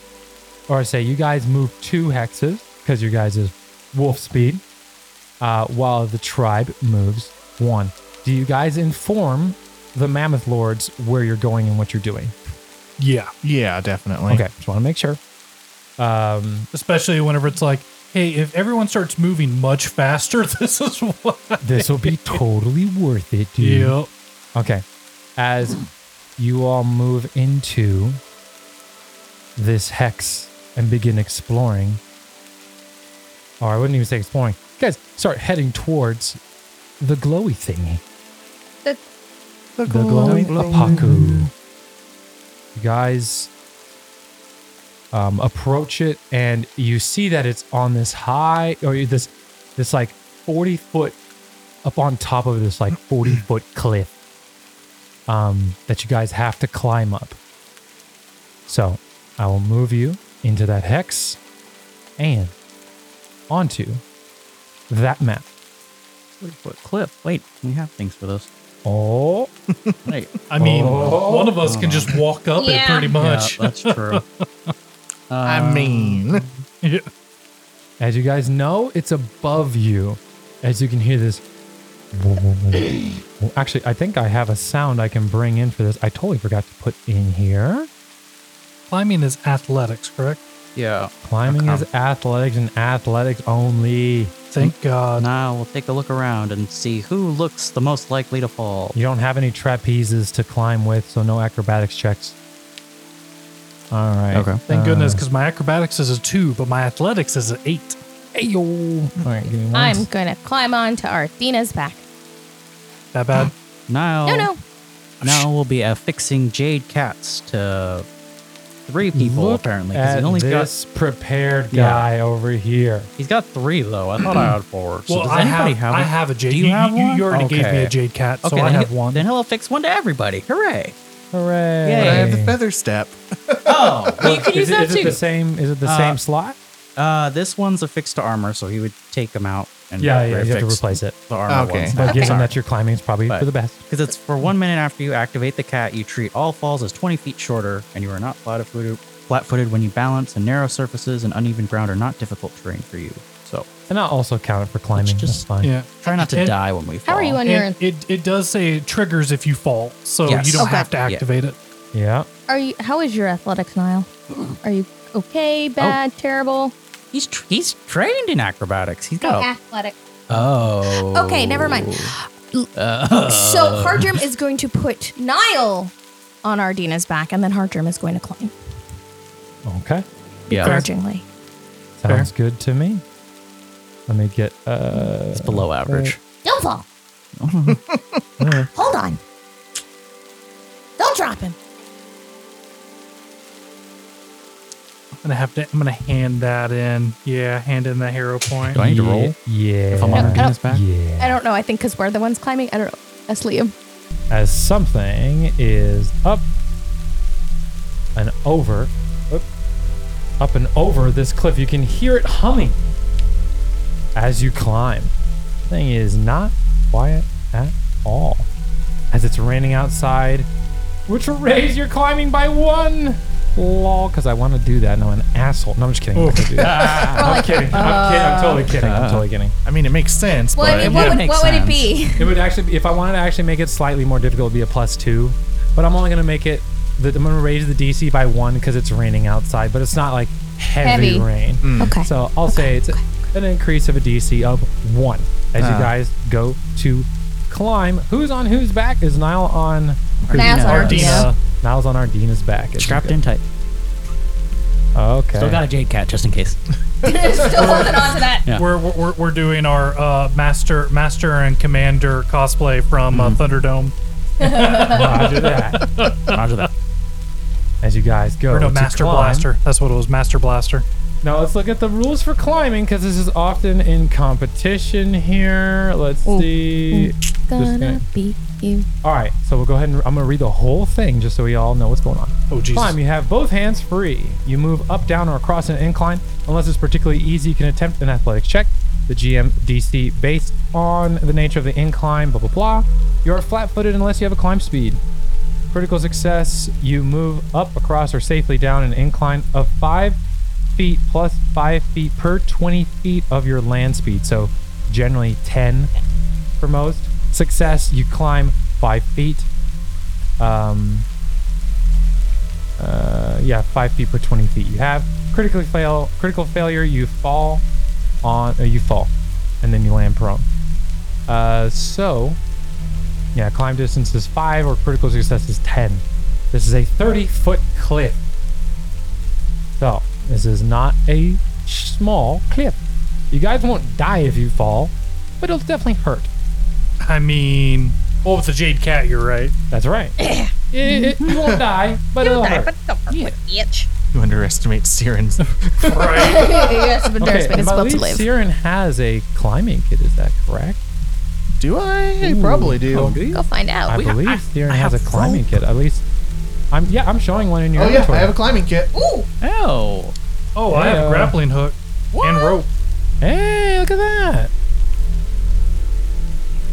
S2: or I say, you guys move two hexes because your guys is wolf speed, uh, while the tribe moves one. Do you guys inform the mammoth lords where you're going and what you're doing?
S3: Yeah.
S7: Yeah, definitely.
S2: Okay, just want to make sure. Um,
S3: Especially whenever it's like, hey, if everyone starts moving much faster, this is what.
S2: this will be totally worth it, dude.
S3: Yeah.
S2: Okay, as you all move into this hex and begin exploring, or I wouldn't even say exploring. You guys, start heading towards the glowy thingy.
S7: The
S2: The glowing Lapaku. You guys um, approach it, and you see that it's on this high, or this, this like forty foot up on top of this like forty foot cliff um, that you guys have to climb up. So I will move you into that hex and onto that map.
S5: Forty-foot cliff. Wait, we have things for those.
S2: Oh,
S5: Wait.
S3: I mean,
S2: Oh.
S3: one of us can just walk up it
S8: Yeah.
S3: pretty much.
S5: Yeah, that's true. Uh,
S2: Um,
S7: I mean,
S3: Yeah.
S2: As you guys know, it's above you. As you can hear this. Actually, I think I have a sound I can bring in for this. I totally forgot to put in here.
S3: Climbing is athletics, correct?
S5: yeah.
S2: Climbing is athletics and athletics only. Mm-hmm.
S3: Thank God.
S5: Now we'll take a look around and see who looks the most likely to fall.
S2: You don't have any trapezes to climb with, so no acrobatics checks. All right.
S5: Okay.
S3: Thank goodness,
S2: Uh,
S3: because my acrobatics is a two, but my athletics is an eight.
S2: All right. Give me one.
S8: I'm gonna climb onto Arthena's back.
S3: That bad?
S5: Now,
S3: Oh,
S8: No, no.
S5: now we'll be affixing jade cats to three people
S2: Look
S5: apparently. 'cause
S2: at
S5: he only
S2: this prepared
S5: Yeah.
S2: guy over here.
S5: got he's got three though. I thought I had four. So
S3: well,
S5: does
S3: I
S5: anybody
S3: have,
S5: have?
S3: I
S5: it?
S3: have a jade.
S5: Do you have one?
S3: You already gave me
S5: Okay.
S3: a jade cat,
S5: Okay,
S3: so I
S5: then
S3: have
S5: he-
S3: one.
S5: Then he'll affix one to everybody. Hooray!
S2: Hooray!
S5: Yay.
S7: But I have the feather step.
S5: Oh, well, you could
S2: is
S5: use
S2: it-
S5: that
S2: is it
S5: too.
S2: the same? Is it the
S5: Uh,
S2: same slot?
S5: Uh, this one's affixed to armor, so he would take him out and
S2: Yeah, yeah. You have to
S5: affix
S2: replace it.
S5: the armor
S7: Okay.
S5: ones.
S2: But given that you're climbing, it's probably
S5: But-
S2: for the best.
S5: Because it's for one minute after you activate the cat, you treat all falls as 20 feet shorter, and you are not flat-footed, flat-footed when you balance, and narrow surfaces and uneven ground are not difficult terrain for you. So
S2: And I'll also count it for climbing.
S5: just-
S2: That's fine.
S3: yeah.
S5: try not to
S3: And-
S5: die when we fall.
S8: How are you on your?
S3: It, it it does say it triggers if you fall, so
S5: Yes.
S3: you don't
S8: Okay.
S3: have to
S5: Yeah.
S3: activate it.
S2: Yeah.
S8: Are you? How is your athletics, Niall? Are you okay?
S3: Oh.
S8: Bad? Terrible?
S5: He's tr- he's trained in acrobatics. He's got. a-
S8: Athletic.
S5: oh.
S8: Okay, never mind.
S5: Uh,
S8: So Hardrim is going to put Niall on Ardina's back, and then Hardrim is going to climb
S2: Okay.
S5: yeah,
S8: grudgingly.
S2: Sounds good to me. Let me get. Uh,
S5: it's below average.
S8: Don't fall.
S2: uh,
S8: Hold on. Don't drop him.
S3: I'm gonna have to. I'm gonna hand that in. Yeah, hand in the hero point.
S5: Do I need to roll?
S2: Yeah.
S5: If I'm on
S8: No, I
S5: Arduino's back.
S2: yeah.
S8: I don't know. I think because we're the ones climbing. I don't know. That's Liam.
S2: As something is up and over, oop, up and over this cliff, you can hear it humming as you climb. Thing is not quiet at all. As it's raining outside, which raise you're climbing by one. Lol, because I want to do that. Now I'm an asshole. No, I'm just kidding. I'm, not gonna do that. I'm kidding. I'm kidding. I'm totally kidding. I'm totally kidding.
S7: I mean, it makes sense,
S8: Well,
S7: but
S8: I mean,
S5: yeah,
S8: what, would,
S5: makes
S8: what would it
S5: sense.
S8: be?
S2: It would actually, be, if I wanted to actually make it slightly more difficult, it'd be a plus two. But I'm only gonna make it. The, I'm gonna raise the DC by one because it's raining outside, but it's not like heavy,
S8: Heavy.
S2: rain.
S8: Okay.
S2: So I'll say it's an increase of a DC of one as you guys go to climb. Who's on whose back? Is Niall on?
S8: Niall's on
S3: Ardina.
S8: Ardina.
S2: Niall's on Ardina's back. Is
S5: Strapped in tight.
S2: Okay.
S5: Still got a jade cat just in case.
S8: Still holding on to that.
S5: Yeah.
S3: We're, we're- we're, we're doing our uh, master master and commander cosplay from
S5: Hmm.
S3: uh, Thunderdome.
S2: Roger that.
S5: Roger that.
S2: As you guys go
S3: Or no,
S2: to
S3: Master
S2: climb-
S3: Blaster. That's what it was, Master Blaster.
S2: Now let's look at the rules for climbing because this is often in competition here. Let's see.
S8: Gonna
S2: kidding.
S8: beat you.
S2: All right, so we'll go ahead and I'm gonna read the whole thing just so we all know what's going on.
S3: Oh, Jesus.
S2: Climb, you have both hands free. You move up, down, or across an incline. Unless it's particularly easy, you can attempt an athletics check. The GM DC based on the nature of the incline, blah, blah, blah. You're flat footed unless you have a climb speed. Critical success, you move up, across, or safely down an incline of five feet plus five feet per 20 feet of your land speed. So generally 10 for most. Success, you climb five feet. Um, uh, yeah, five feet per 20 feet. You have critically fail, critical failure. You fall on, uh, you fall, and then you land prone. Uh, so, yeah, climb distance is five, or critical success is 10. This is a 30 foot cliff. So, this is not a small cliff. You guys won't die if you fall, but it'll definitely hurt.
S3: I mean, well, with the Jade Cat, you're right.
S2: That's right. It- it- you won't die, but it'll hurt.
S7: you underestimate Siren's.
S3: Right.
S8: yes, but
S2: Okay,
S8: embarrassment is
S2: I
S8: about to
S2: believe
S8: live.
S2: Siren has a climbing kit. Is that correct?
S7: do I? I probably do.
S2: I believe,
S8: Go find
S2: oh, I
S8: out.
S2: believe Siren has a climbing kit. At least, I'm yeah, I'm showing one in your
S7: Oh yeah,
S2: inventory.
S7: I have a climbing kit.
S5: Oh.
S3: Oh, I have
S2: Yeah.
S3: a grappling hook and rope.
S2: hey, look at that!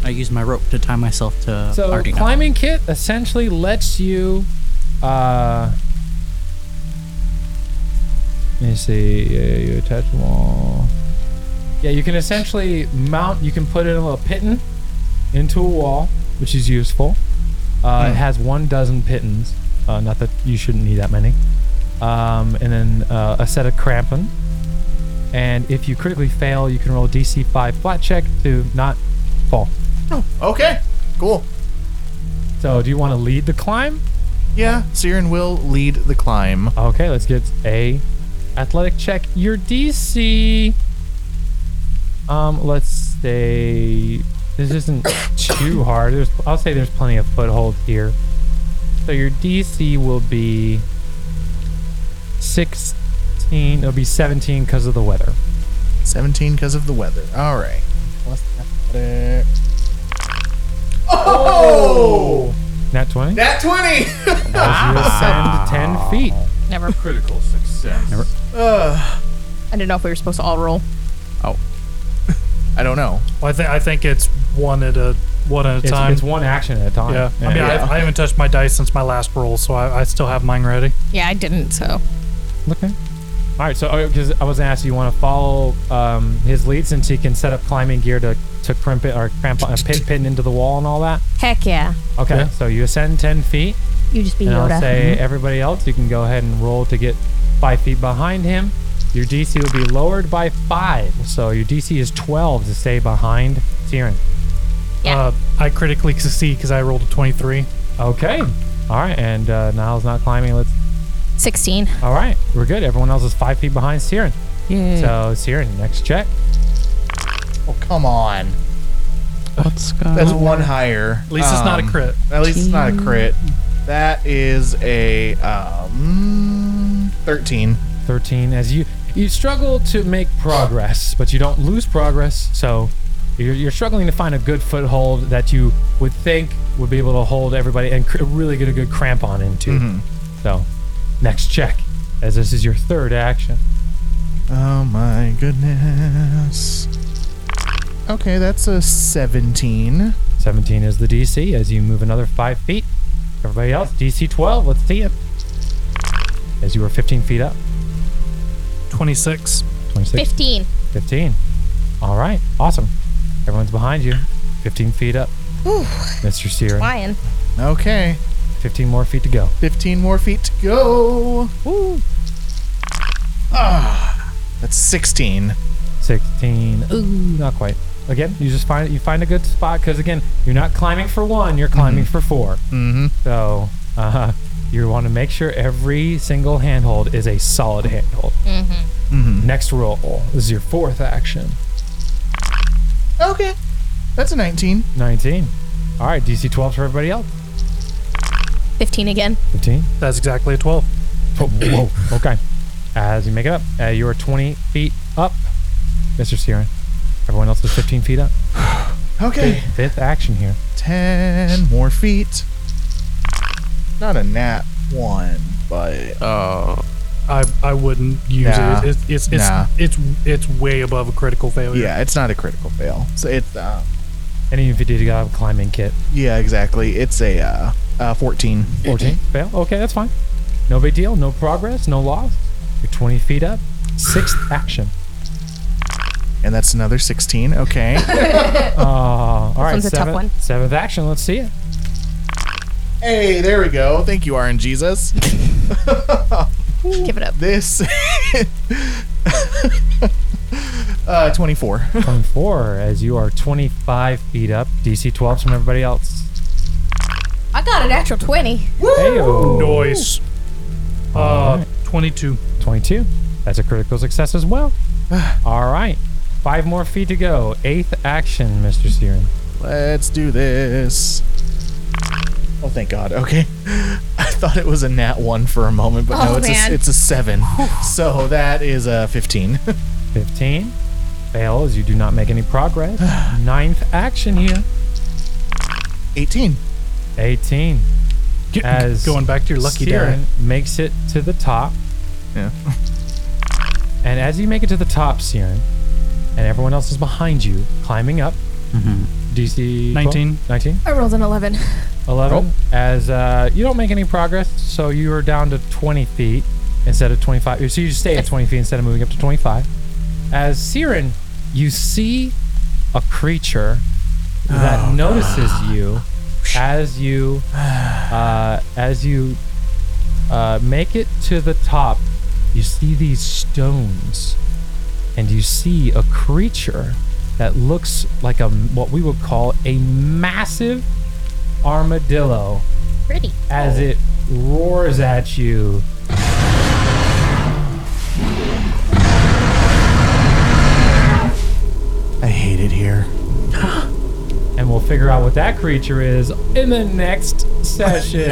S5: I used my rope to tie myself to
S2: So
S5: Ardina.
S2: climbing kit essentially lets you. Uh, let me see. Yeah, you attach wall. Yeah, you can essentially mount. You can put in a little pitten into a wall, which is useful. Uh, It has one dozen pittons. Uh, not that you shouldn't need that many. Um, and then uh, a set of crampon. And if you critically fail, you can roll DC five flat check to not fall.
S7: Okay, cool.
S2: So, do you want to lead the climb?
S7: Yeah, Siren will lead the climb.
S2: Okay, let's get a athletic check. Your DC. Um, let's say this isn't too hard. There's, I'll say there's plenty of footholds here. So your DC will be sixteen. It'll be seventeen because of the weather.
S7: 17 because of the weather. All right. Plus athletics. Oh!
S2: Nat twenty.
S7: That 20!
S2: As you
S3: Ah.
S2: ascend ten feet.
S4: Never.
S10: Critical success.
S7: Ugh.
S4: I didn't know if we were supposed to all roll.
S7: I don't know.
S3: Well, I think I think it's one at a one at a
S2: It's,
S3: time.
S2: it's one action at a time.
S3: yeah. I mean,
S7: Yeah.
S3: I, I haven't touched my dice since my last roll, so I, I still have mine ready.
S8: Yeah, I didn't, so.
S2: Okay. All right. So, because I was gonna ask you, want to follow um, his lead since he can set up climbing gear to to crimp it or cramp on a pin pin into the wall and all that.
S8: Heck yeah.
S2: Okay. So you ascend ten feet,
S8: You just be
S2: and I'll
S8: Yoda.
S2: say everybody else, you can go ahead and roll to get five feet behind him. Your DC will be lowered by five, so your DC is twelve to stay behind Tyrion.
S8: Yeah.
S3: Uh, I critically succeed because I rolled a twenty-three.
S2: Okay. All right. And uh, Niall's not climbing. Let's.
S8: 16.
S2: All right. We're good. Everyone else is five feet behind Tyrion.
S5: Yay.
S2: So Tyrion, next check.
S7: Oh, come on.
S5: Let's go.
S7: That's one higher.
S3: Oh. At least it's not a
S7: Um,
S3: crit.
S7: At least it's not a crit. That is a um, 13.
S2: 13 as you you struggle to make progress but you don't lose progress so you're, you're struggling to find a good foothold that you would think would be able to hold everybody and cr- really get a good cramp on into so next check as this is your third action
S7: Oh my goodness. Okay, that's a 17.
S2: 17 is the dc as you move another five feet everybody else dc 12 let's see it as you were 15 feet up
S3: Twenty-six.
S2: 26
S8: 15.
S2: 15 all right awesome everyone's behind you 15 feet up mr Searing.
S8: Lion.
S7: Okay,
S2: 15 more feet to go
S7: 15 more feet to go. Woo. Ah, that's 16.
S2: 16 ooh not quite again you just find you find a good spot because again you're not climbing for one you're climbing for 4
S7: Mm-hmm.
S2: so uh, you want to make sure every single handhold is a solid handhold next roll is your fourth action
S7: Okay, that's a 19.
S2: 19 all right dc 12 for everybody else
S8: 15 again.
S2: 15
S3: That's exactly a twelve.
S2: whoa okay as you make it up uh, you are 20 feet up mr Siren. everyone else is 15 feet up
S7: Okay,
S2: fifth action here
S7: 10 more feet. Not a nat one, but
S10: Oh.
S3: I, I wouldn't use
S7: Nah.
S3: it. It's it's it's,
S7: Nah.
S3: it's it's way above a critical failure.
S7: yeah, it's not a critical fail. So it's uh,
S2: and even if you did you got a climbing kit
S7: yeah, exactly. It's a uh, uh 14.
S2: 14 fail okay that's fine no big deal no progress no loss you're 20 feet up sixth action
S7: And that's another 16. Okay.
S2: uh, all right
S8: Oh. one's a tough
S2: seventh-
S8: one.
S2: seventh action let's see it
S7: hey, there we go. Thank you, RNGesus. Jesus.
S8: Give it up.
S7: This uh 24.
S2: 24 as you are 25 feet up dc 12 from everybody else
S8: I got a natural 20.
S2: Heyo.
S3: Noise. Uh, twenty-two.
S2: 22 that's a critical success as well all right five more feet to go eighth action mr Searing.
S7: Let's do this. Oh, thank God. Okay. I thought it was a nat 1 for a moment, but
S8: Oh,
S7: no, it's
S8: man.
S7: a, it's a 7. so that is a 15.
S2: 15 fails you do not make any progress ninth action here
S7: 18.
S2: 18
S3: Get-
S2: As
S3: going back to your lucky
S2: Siren
S3: die.
S2: makes it to the top.
S7: Yeah.
S2: And as you make it to the top, Siren, and everyone else is behind you, climbing up. DC 12?
S3: 19.
S2: 19.
S9: I rolled an 11.
S2: 11. As uh, you don't make any progress, so you are down to 20 feet instead of 25. So you stay at 20 feet instead of moving up to 25. As Siren, you see a creature that notices you as you uh, as you uh, make it to the top. You see these stones, and you see a creature that looks like a what we would call a massive armadillo
S8: Pretty.
S2: as it roars at you.
S6: I hate it here.
S2: And we'll figure out what that creature is in the next session.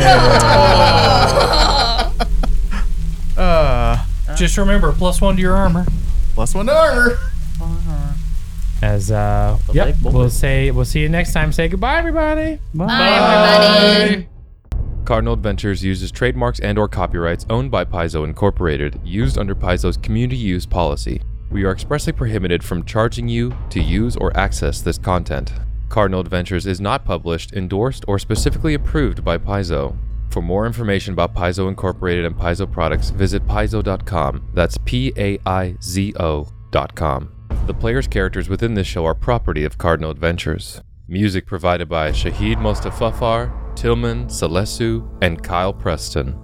S7: Uh,
S3: Just remember, plus one to your armor.
S7: plus one to armor.
S2: As uh, yep, we'll say we'll see you next time. Say goodbye, everybody.
S10: Cardinal Adventures uses trademarks and or copyrights owned by Paizo Incorporated, used under Paizo's community use policy. We are expressly prohibited from charging you to use or access this content. Cardinal Adventures is not published, endorsed, or specifically approved by Paizo. For more information about Paizo Incorporated and Paizo products, visit paizo.com. That's P A I Z O.com. The players' characters within this show are property of Cardinal Adventures. Music provided by Shahid Mostafafar, Tillman Selesu, and Kyle Preston.